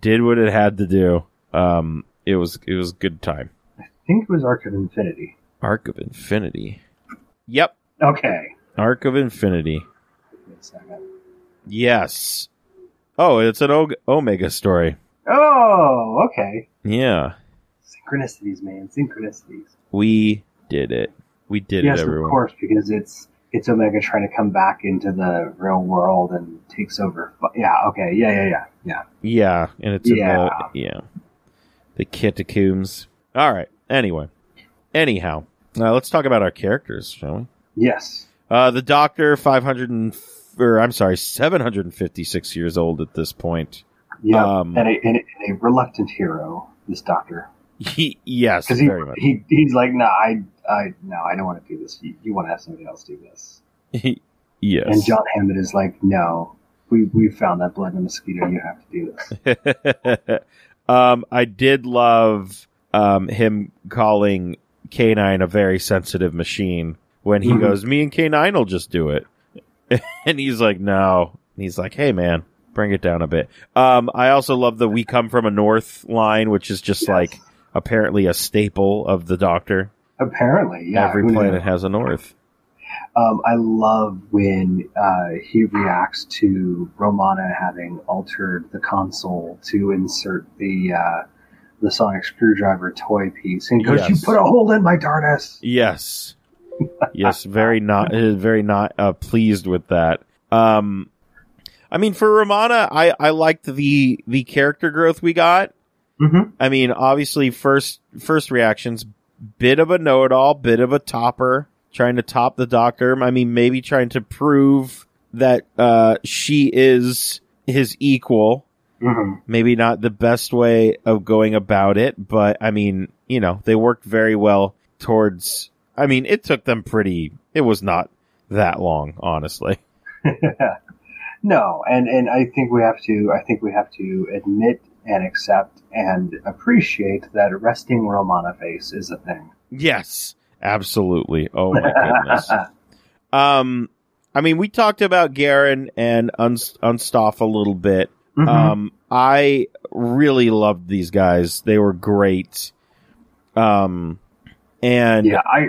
did what it had to do um it was it was a good time I think it was Arc of Infinity. arc of infinity yep Okay. arc of infinity Wait a second. yes oh it's an Og- omega story Oh, okay. yeah Synchronicities, man. Synchronicities. we did it we did yes, it everyone of course, because it's it's Omega trying to come back into the real world and takes over. But yeah, okay, yeah, yeah, yeah, yeah. Yeah, and it's Yeah. in the yeah the catacombs. All right. Anyway, anyhow, uh, let's talk about our characters, shall we? Yes, Uh, the Doctor, five hundred and or I'm sorry, seven hundred and fifty six years old at this point. yeah, Um, and, a, and, a, and a reluctant hero. This doctor, He, yes, because he, very much. he he's like, no, I, I, no, I don't want to do this. You, you want to have somebody else do this. yes. And John Hammond is like, no, we we found that blood in the mosquito. You have to do this. um, I did love um, him calling Canine a very sensitive machine when he Mhm. goes, "Me and Canine will just do it," and he's like, "No," and he's like, "Hey, man, bring it down a bit." Um, I also love the "We come from a North" line, which is just Yes. like apparently a staple of the Doctor. Apparently, yeah. Every who knew? planet has a North. Um, I love when uh, he reacts to Romana having altered the console to insert the uh, the sonic screwdriver toy piece, and goes, Yes. "You put a hole in my TARDIS." Yes. Yes, very not uh, very not uh, pleased with that. Um I mean for Romana, I I liked the the character growth we got. Mm-hmm. I mean, obviously first first reactions bit of a know-it-all, bit of a topper, trying to top the doctor. I mean, maybe trying to prove that uh she is his equal. Mhm. maybe not the best way of going about it, but I mean, you know, they worked very well towards. I mean, it took them pretty. It was not that long, honestly. No, and and I think we have to I think we have to admit and accept and appreciate that resting rum on a face is a thing. Yes, absolutely. Oh my goodness. um, I mean, we talked about Garen and Unst- Unstoff a little bit. Mhm. Um, I really loved these guys. They were great. Um, and yeah, I, I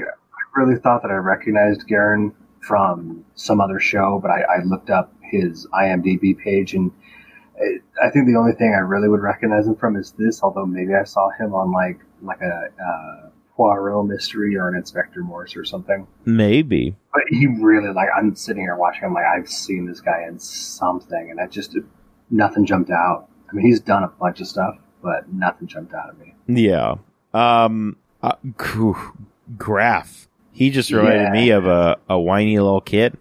really thought that I recognized Garen from some other show, but I, I looked up his IMDb page, and it, I think the only thing I really would recognize him from is this. Although maybe I saw him on like like a uh, Poirot mystery or an Inspector Morse or something. maybe But he really like I'm sitting here watching. I'm like I've seen this guy in something, and I just nothing jumped out. I mean, he's done a bunch of stuff, but nothing jumped out at me. Yeah. Um. Uh, gr- Graf. He just reminded Yeah. me of a, a whiny little kid.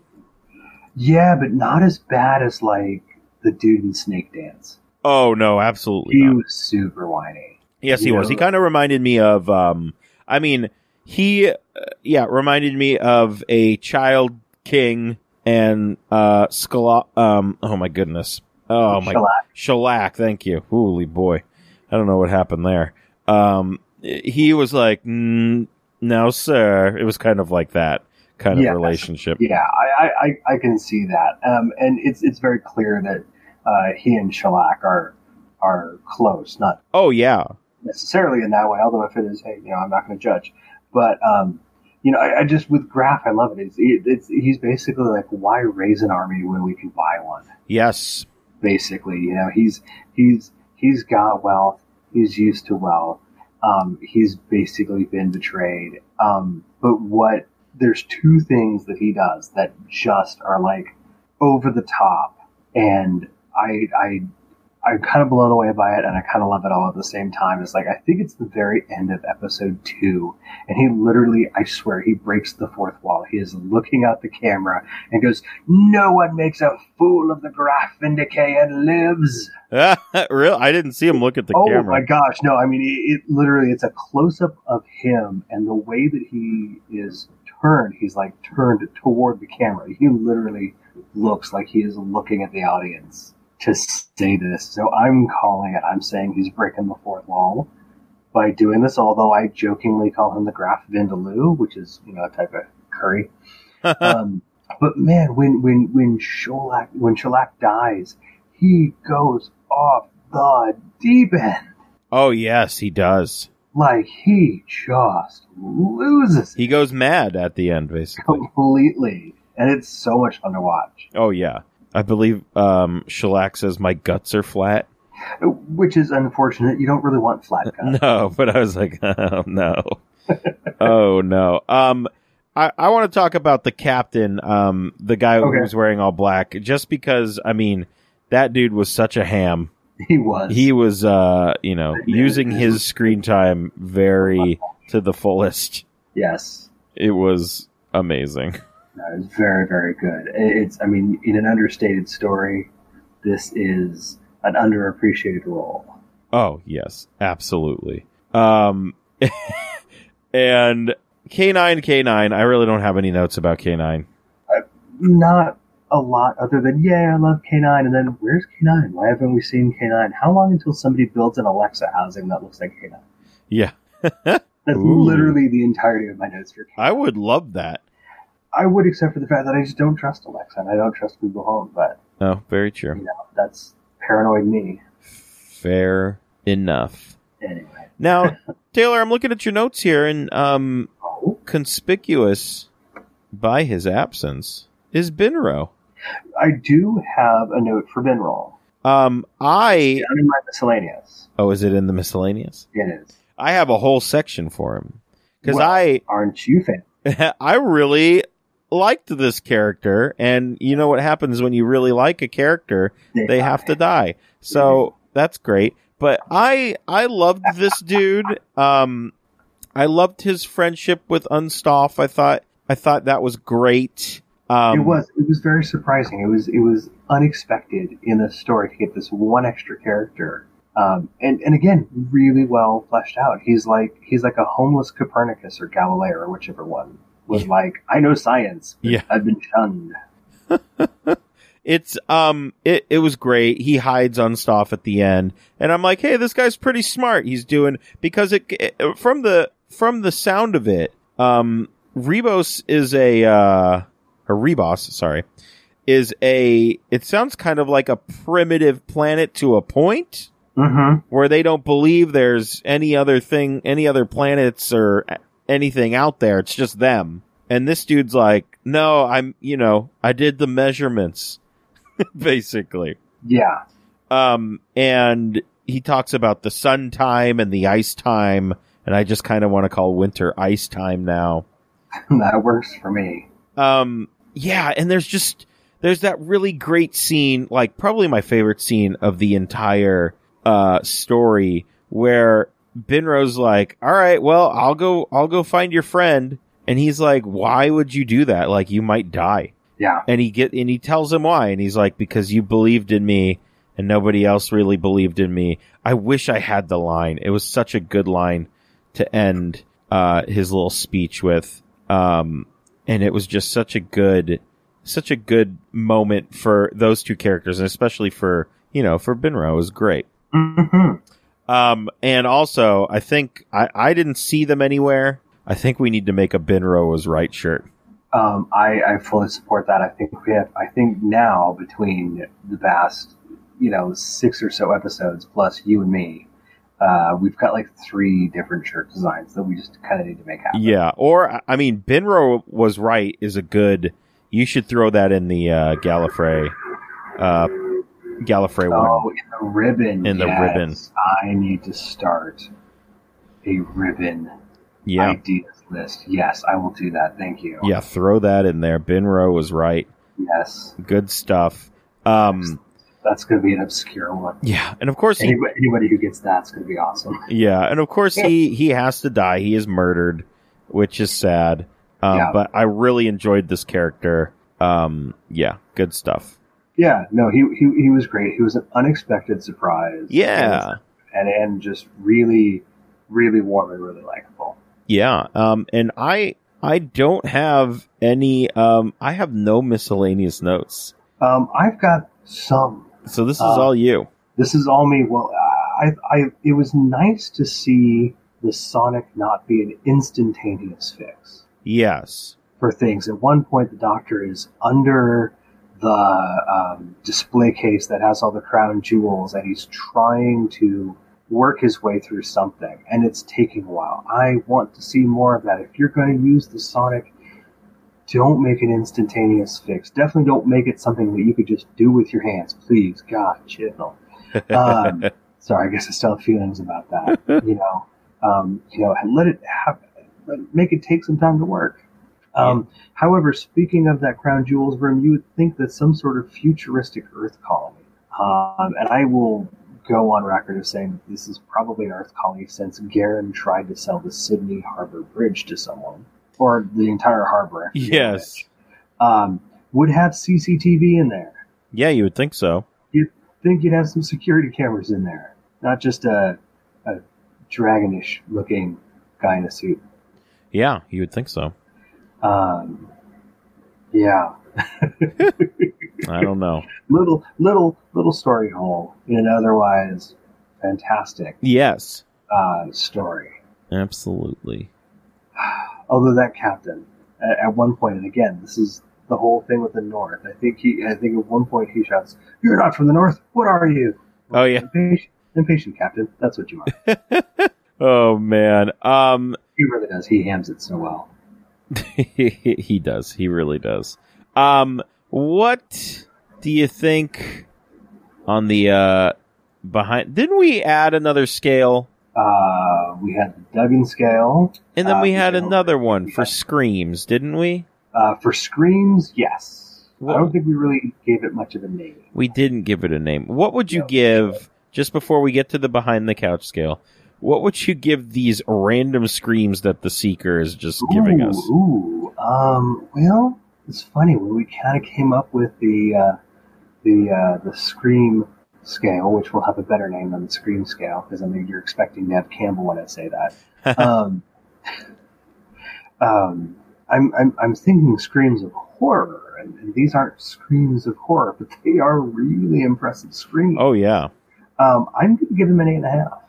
Yeah, but not as bad as like the dude in Snake Dance. Oh no, absolutely He not. was super whiny. Yes, he you was. know- He kind of reminded me of. Um. I mean, he. Uh, yeah, reminded me of a child king and uh. Scala- um. Oh my goodness. Oh my Shellac. shellac. Thank you. Holy boy. I don't know what happened there. Um, he was like, mm, no, sir. It was kind of like that kind Yes. of relationship. Yeah, I, I, I- I can see that. Um, and it's it's very clear that uh, he and Shellac are are close, not Oh, yeah. necessarily in that way. Although if it is, hey, you know, I'm not going to judge. But um, you know, I, I just with Graf, I love it. It's, it's he's basically like, why raise an army when we can buy one? Yes. basically. You know, he's he's he's got wealth. He's used to wealth. Um, he's basically been betrayed. Um, but what there's two things that he does that just are like over the top, and I I I'm kind of blown away by it, and I kind of love it all at the same time. It's like I think it's the very end of episode two, and he literally, I swear, he breaks the fourth wall. He is looking out the camera and goes, "No one makes a fool of the Graf Vindicay and lives." Real? I didn't see him look at the oh camera. my gosh! No, I mean it, it. Literally, it's a close up of him and the way that he is turned. He's like turned toward the camera. He literally looks like he is looking at the audience to say this. So I'm calling it. I'm saying he's breaking the fourth wall by doing this. Although I jokingly call him the Graf Vindaloo, which is you know a type of curry um, but man, when when when Sholak when Sholak dies, he goes off the deep end. oh, yes, he does. Like he just loses it He goes mad at the end, basically. completely, and it's so much fun to watch. Oh, yeah. I believe um, Shellac says, My guts are flat. Which is unfortunate. You don't really want flat cuts. No, but I was like, oh no, oh no. Um, I I want to talk about the captain, um, the guy Okay. who was wearing all black, just because I mean that dude was such a ham. He was. He was, uh, you know, using his screen time very to the fullest. yes. It was amazing. That is very, very good. It's, I mean, in an understated story, this is an underappreciated role. Oh yes, absolutely. Um, and K nine K nine. I really don't have any notes about K nine. not a lot other than yeah, I love K9, and then where's K9? Why haven't we seen K9? How long until somebody builds an Alexa housing that looks like K9? Yeah, That's Ooh. literally the entirety of my notes for K9. I would love that. I would, except for the fact that I just don't trust Alexa and I don't trust Google Home, but Oh, very true. that's paranoid me. Fair enough. Anyway, Now, Taylor, I'm looking at your notes here, and um, oh, conspicuous by his absence is Binro. I do have a note for Binroll Um, I down in my miscellaneous. oh, is it in the miscellaneous? It is. I have a whole section for him because Well- I Aren't you fan? I really liked this character, and you know what happens when you really like a character? They have to die. So that's great. But I I loved this dude. Um, I loved his friendship with Unstoff. I thought I thought that was great. Um, it was. It was very surprising. It was. It was unexpected in the story to get this one extra character. Um, and, and again, really well fleshed out. He's like he's like a homeless Copernicus or Galileo or whichever one was like, I know science. but Yeah. I've been shunned. It's um it, it was great. He hides on stuff at the end, and I'm like, hey, this guy's pretty smart. He's doing because it, it- from the from the sound of it, um, Rebos is a uh, or Rebos, sorry, is a. It sounds kind of like a primitive planet to a point Mm-hmm. where they don't believe there's any other thing, any other planets or a- anything out there. It's just them. And this dude's like, no, I'm, you know, I did the measurements, basically. Yeah. Um, and he talks about the sun time and the ice time. And I just kind of want to call winter ice time now. that works for me. Um, yeah, and there's just there's that really great scene, like probably my favorite scene of the entire uh story, where Binro's like, "All right, well, I'll go, I'll go find your friend," and he's like, "Why would you do that? Like, you might die." Yeah. And he get and he tells him why, and he's like, "Because you believed in me." And nobody else really believed in me. I wish I had the line. It was such a good line to end uh, his little speech with. Um, and it was just such a good such a good moment for those two characters and especially for you know for binro it was great hmm um and also i think i i didn't see them anywhere i think we need to make a binro was right shirt Um, I, I fully support that. I think we have. I think now between the past, you know, six or so episodes plus you and me, uh, we've got like three different shirt designs that we just kind of need to make happen. yeah or I- i mean binro was right is a good you should throw that in the uh gallifrey uh gallifrey one Oh, in the ribbon. In the yes. ribbon. I need to start a ribbon yeah ideas list. Yes, I will do that. Thank you. yeah throw that in there binro was right Yes, good stuff um that's going to be an obscure one. yeah and of course he Anybody, anybody who gets that's going to be awesome. Yeah, and of course he he has to die. He is murdered, which is sad. Um, Yeah. But I really enjoyed this character. Um, yeah, good stuff. Yeah, no, he, he he was great. He was an unexpected surprise. Yeah, and and just really, really warm and really likable. yeah. Um, and I I don't have any. Um, I have no miscellaneous notes. Um, I've got some. So this is Uh, all you. This is all me. Well, I I it was nice to see the Sonic not be an instantaneous fix. Yes. for things. At one point, the doctor is under the um, display case that has all the crown jewels, and he's trying to work his way through something, and it's taking a while. I want to see more of that. If you're going to use the Sonic, don't make an instantaneous fix. Definitely don't make it something that you could just do with your hands. Please, God, chidnell. Um, sorry, I guess I still have feelings about that. you know, um, you know, and let it have, let, make it take some time to work. Um, However, speaking of that crown jewels room, you would think that some sort of futuristic Earth colony, um, and I will go on record of saying that this is probably an Earth colony since Garen tried to sell the Sydney Harbor Bridge to someone, or the entire harbor. if you will. yes. Um, would have CCTV in there Yeah, you would think so. think you'd have some security cameras in there, not just a, a dragonish looking guy in a suit. Yeah, you would think so. Um, yeah, I don't know. little little little story hole in an otherwise fantastic yes, uh, story. absolutely. Although that captain, at, at one point, and again, this is the whole thing with the North. I think he, I think at one point he shouts, "You're not from the North. What are you?" Oh yeah. Impatient, impatient captain. That's what you are. Oh man. Um. he really does. He hams it so well. he does. He really does. Um, what do you think on the uh behind? Didn't we add another scale, Uh, we had the Duggan scale and then Uh, we had yeah. another one for Yeah. screams, didn't we? uh, for screams. Yes, I Well- don't think we really gave it much of a name. We didn't give it a name. What would you No, we give just before we get to the behind the couch scale? What would you give these random screams that the seeker is just giving ooh, us? Ooh, um, well, it's funny when we kind of came up with the uh, the uh, the Scream scale, which will have a better name than the Scream scale because I know you're expecting Nev Campbell when I say that. um, um, I'm, I'm I'm thinking screams of horror, and, and these aren't screams of horror, but they are really impressive screams. Oh yeah. Um, I'm going to give them an eight and a half.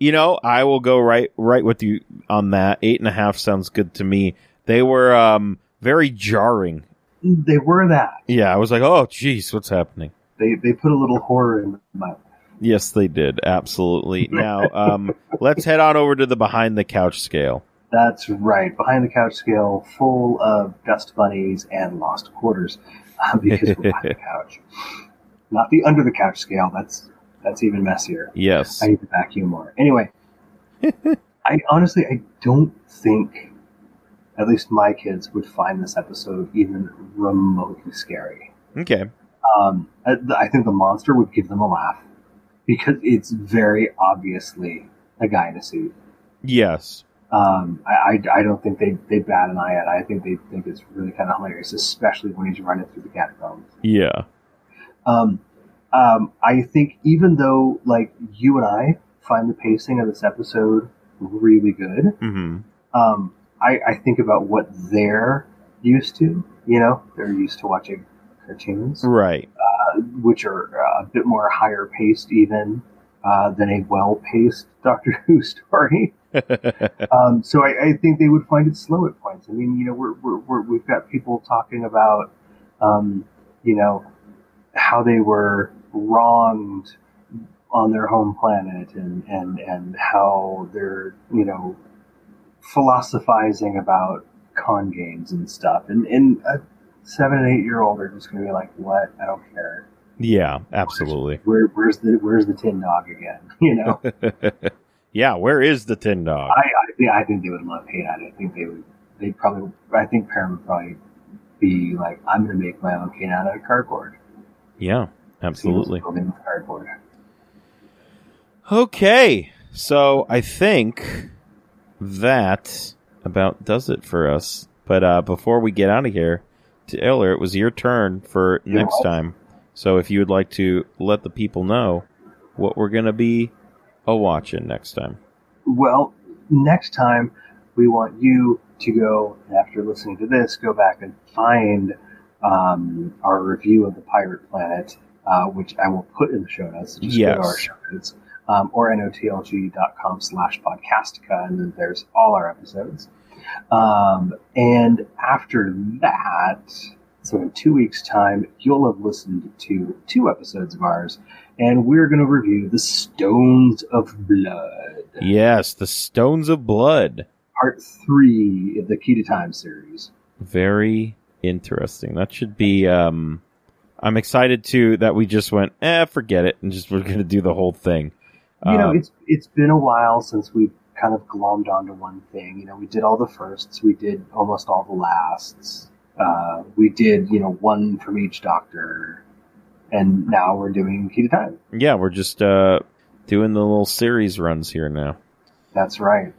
You know, I will go right right with you on that. Eight and a half sounds good to me. They were um, very jarring. They were that. Yeah, I was like, oh, jeez, what's happening? They they put a little horror in my Yes, they did. Absolutely. Now, um, let's head on over to the behind the couch scale. That's right. Behind the couch scale, full of dust bunnies and lost quarters, uh, because we're behind the couch. Not the under the couch scale. That's that's even messier. Yes. I need to vacuum more. Anyway, I honestly I don't think, at least my kids would find this episode even remotely scary. Okay. Um, I, I think the monster would give them a laugh because it's very obviously a guy in a suit. Yes. Um, I, I, I don't think they they bat an eye at. it. I think they think it's really kind of hilarious, especially when he's running through the catacombs. Yeah. Um, um, I think even though like you and I find the pacing of this episode really good, hmm um, I, I think about what they're used to. You know, they're used to watching cartoons, Right. uh, which are uh, a bit more higher paced, even uh, than a well paced Doctor Who story. Um, so I, I think they would find it slow at points. I mean, you know, we're, we're, we're we've got people talking about, um, you know, how they were wronged on their home planet, and and and how they're you know philosophizing about con games and stuff, and and a seven and eight year old are just going to be like, what? I don't care. yeah, absolutely. Where, where's the where's the tin dog again? You know. yeah, where is the tin dog? I, I, yeah, I think they would love hate on it. I think they would. They probably. I think Parent would probably be like, "I'm going to make my own cane out of cardboard." Yeah, absolutely. He was building with cardboard. Okay. So I think that about does it for us. But uh, before we get out of here, Taylor, it was your turn for You're next time. So if you would like to let the people know what we're going to be a watching next time. Well, next time we want you to go and after listening to this, go back and find um, our review of the Pirate Planet, uh, which I will put in the show notes. Just go Yes. to our show notes. Um, or notlg.com slash podcastica, and then there's all our episodes. Um, and after that, so in two weeks' time, you'll have listened to two episodes of ours, and we're going to review The Stones of Blood Yes, the Stones of Blood. part three of the Key to Time series. Very interesting. That should be. Um, I'm excited too that we just went. Eh, forget it, and just we're going to do the whole thing. You know, Um, it's it's been a while since we kind of glommed onto one thing. You know, we did all the firsts, we did almost all the lasts. Uh, we did, you know, one from each doctor, and now we're doing Key to Time. yeah, we're just uh, doing the little series runs here now. That's right.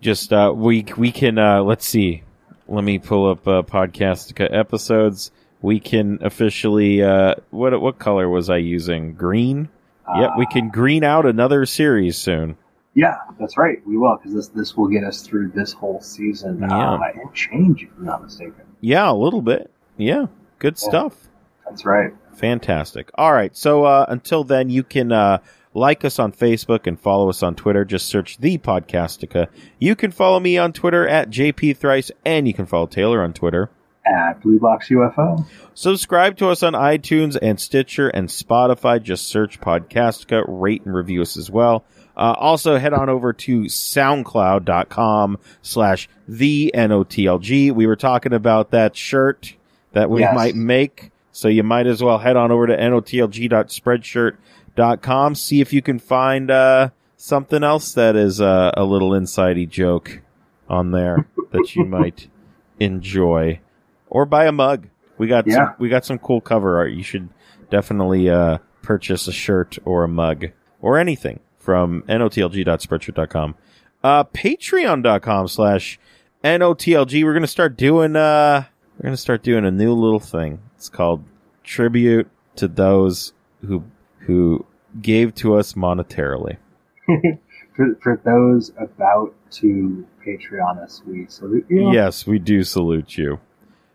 Just uh, we we can uh, let's see. Let me pull up uh, Podcastica episodes. We can officially uh, what what color was I using? Green. yep, we Uh, can green out another series soon. Yeah, that's right. We will because this this will get us through this whole season Yeah. uh, and change, if I'm not mistaken. Yeah, a little bit. Yeah, good Yeah. stuff. That's right. Fantastic. All right. So uh, until then, you can uh, like us on Facebook and follow us on Twitter. Just search The Podcastica. You can follow me on Twitter at JP Thrice, and you can follow Taylor on Twitter. At Blue Box UFO. Subscribe to us on iTunes and Stitcher and Spotify. Just search Podcastica, rate and review us as well. Uh, also, head on over to soundcloud.com slash the N-O-T-L-G. We were talking about that shirt that we Yes. might make. So you might as well head on over to notlg.spreadshirt.com. See if you can find uh, something else that is uh, a little insidey joke on there that you might enjoy, or buy a mug. We got Yeah. some, we got some cool cover art. You should definitely uh, purchase a shirt or a mug or anything from notlg.spreadshirt.com. Uh, Patreon.com slash notlg. We're gonna start doing uh, we're gonna start doing a new little thing. It's called tribute to those who who gave to us monetarily. For, for those about to Patreon us, we salute you. Yes, we do salute you.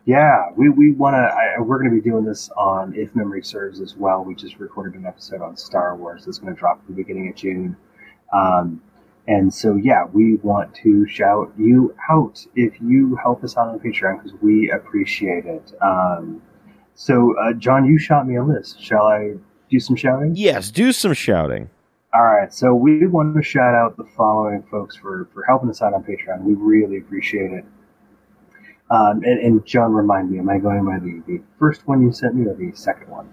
Yeah, we, we want to. We're going to be doing this on If Memory Serves as well. We just recorded an episode on Star Wars that's going to drop at the beginning of June. Um, and so, yeah, we want to shout you out if you help us out on Patreon because we appreciate it. Um, so, uh, John, you shot me a list. Shall I do some shouting? Yes, do some shouting. All right, so we want to shout out the following folks for, for helping us out on Patreon. We really appreciate it. Um, and, and John, remind me, am I going by the, the first one you sent me or the second one?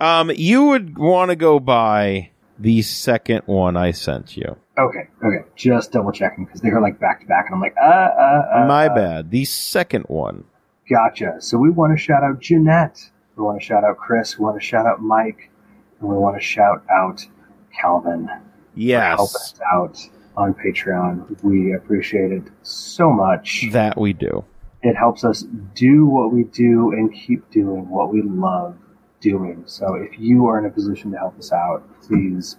Um, you would want to go by the second one I sent you. Okay, okay, just double checking because they were like back to back, and I'm like, uh, uh, uh. My uh, bad. The second one. Gotcha. So we want to shout out Jeanette. We want to shout out Chris. We want to shout out Mike, and we want to shout out Calvin. Yes, Help us out on Patreon. We appreciate it so much. that we do. it helps us do what we do and keep doing what we love doing. So if you are in a position to help us out, please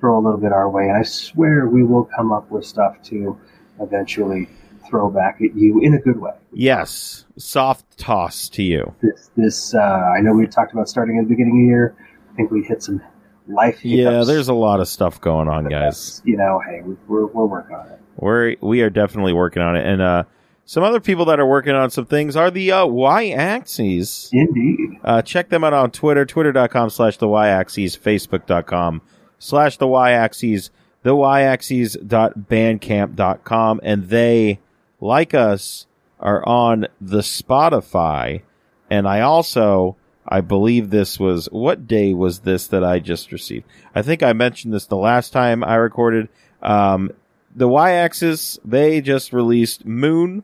throw a little bit our way. And I swear we will come up with stuff to eventually throw back at you in a good way. Yes, soft toss to you. This, this, uh, I know we talked about starting at the beginning of the year. I think we hit some life. Yeah, hiccups. there's a lot of stuff going on, But guys. that's, You know, hey, we, we're, we're working on it. We're we are definitely working on it, and uh, some other people that are working on some things are the uh, Y axes. Indeed. Uh, check them out on Twitter, twitter.com slash the Y axes, facebook.com slash the Y axes, the Y axes dot bandcamp.com, and they, like us, are on the Spotify. And I also, I believe this was, what day was this that I just received? I think I mentioned this the last time I recorded. Um, the Y axis, they just released Moon,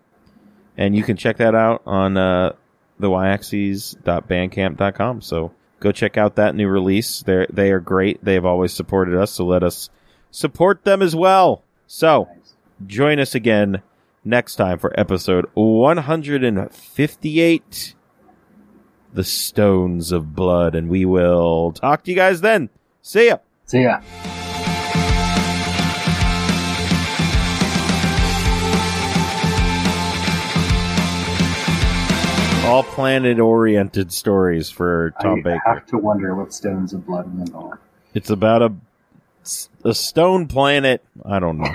and you can check that out on, uh, thewyaxes.bandcamp.com. So go check out that new release. They're, they are great. They've always supported us, so let us support them as well. So Nice. join us again next time for episode 158 The Stones of Blood, and we will talk to you guys then. See ya. So yeah. All planet oriented stories for Tom I Baker. have to wonder what stones of blood and all. It's about a, a stone planet. I don't know.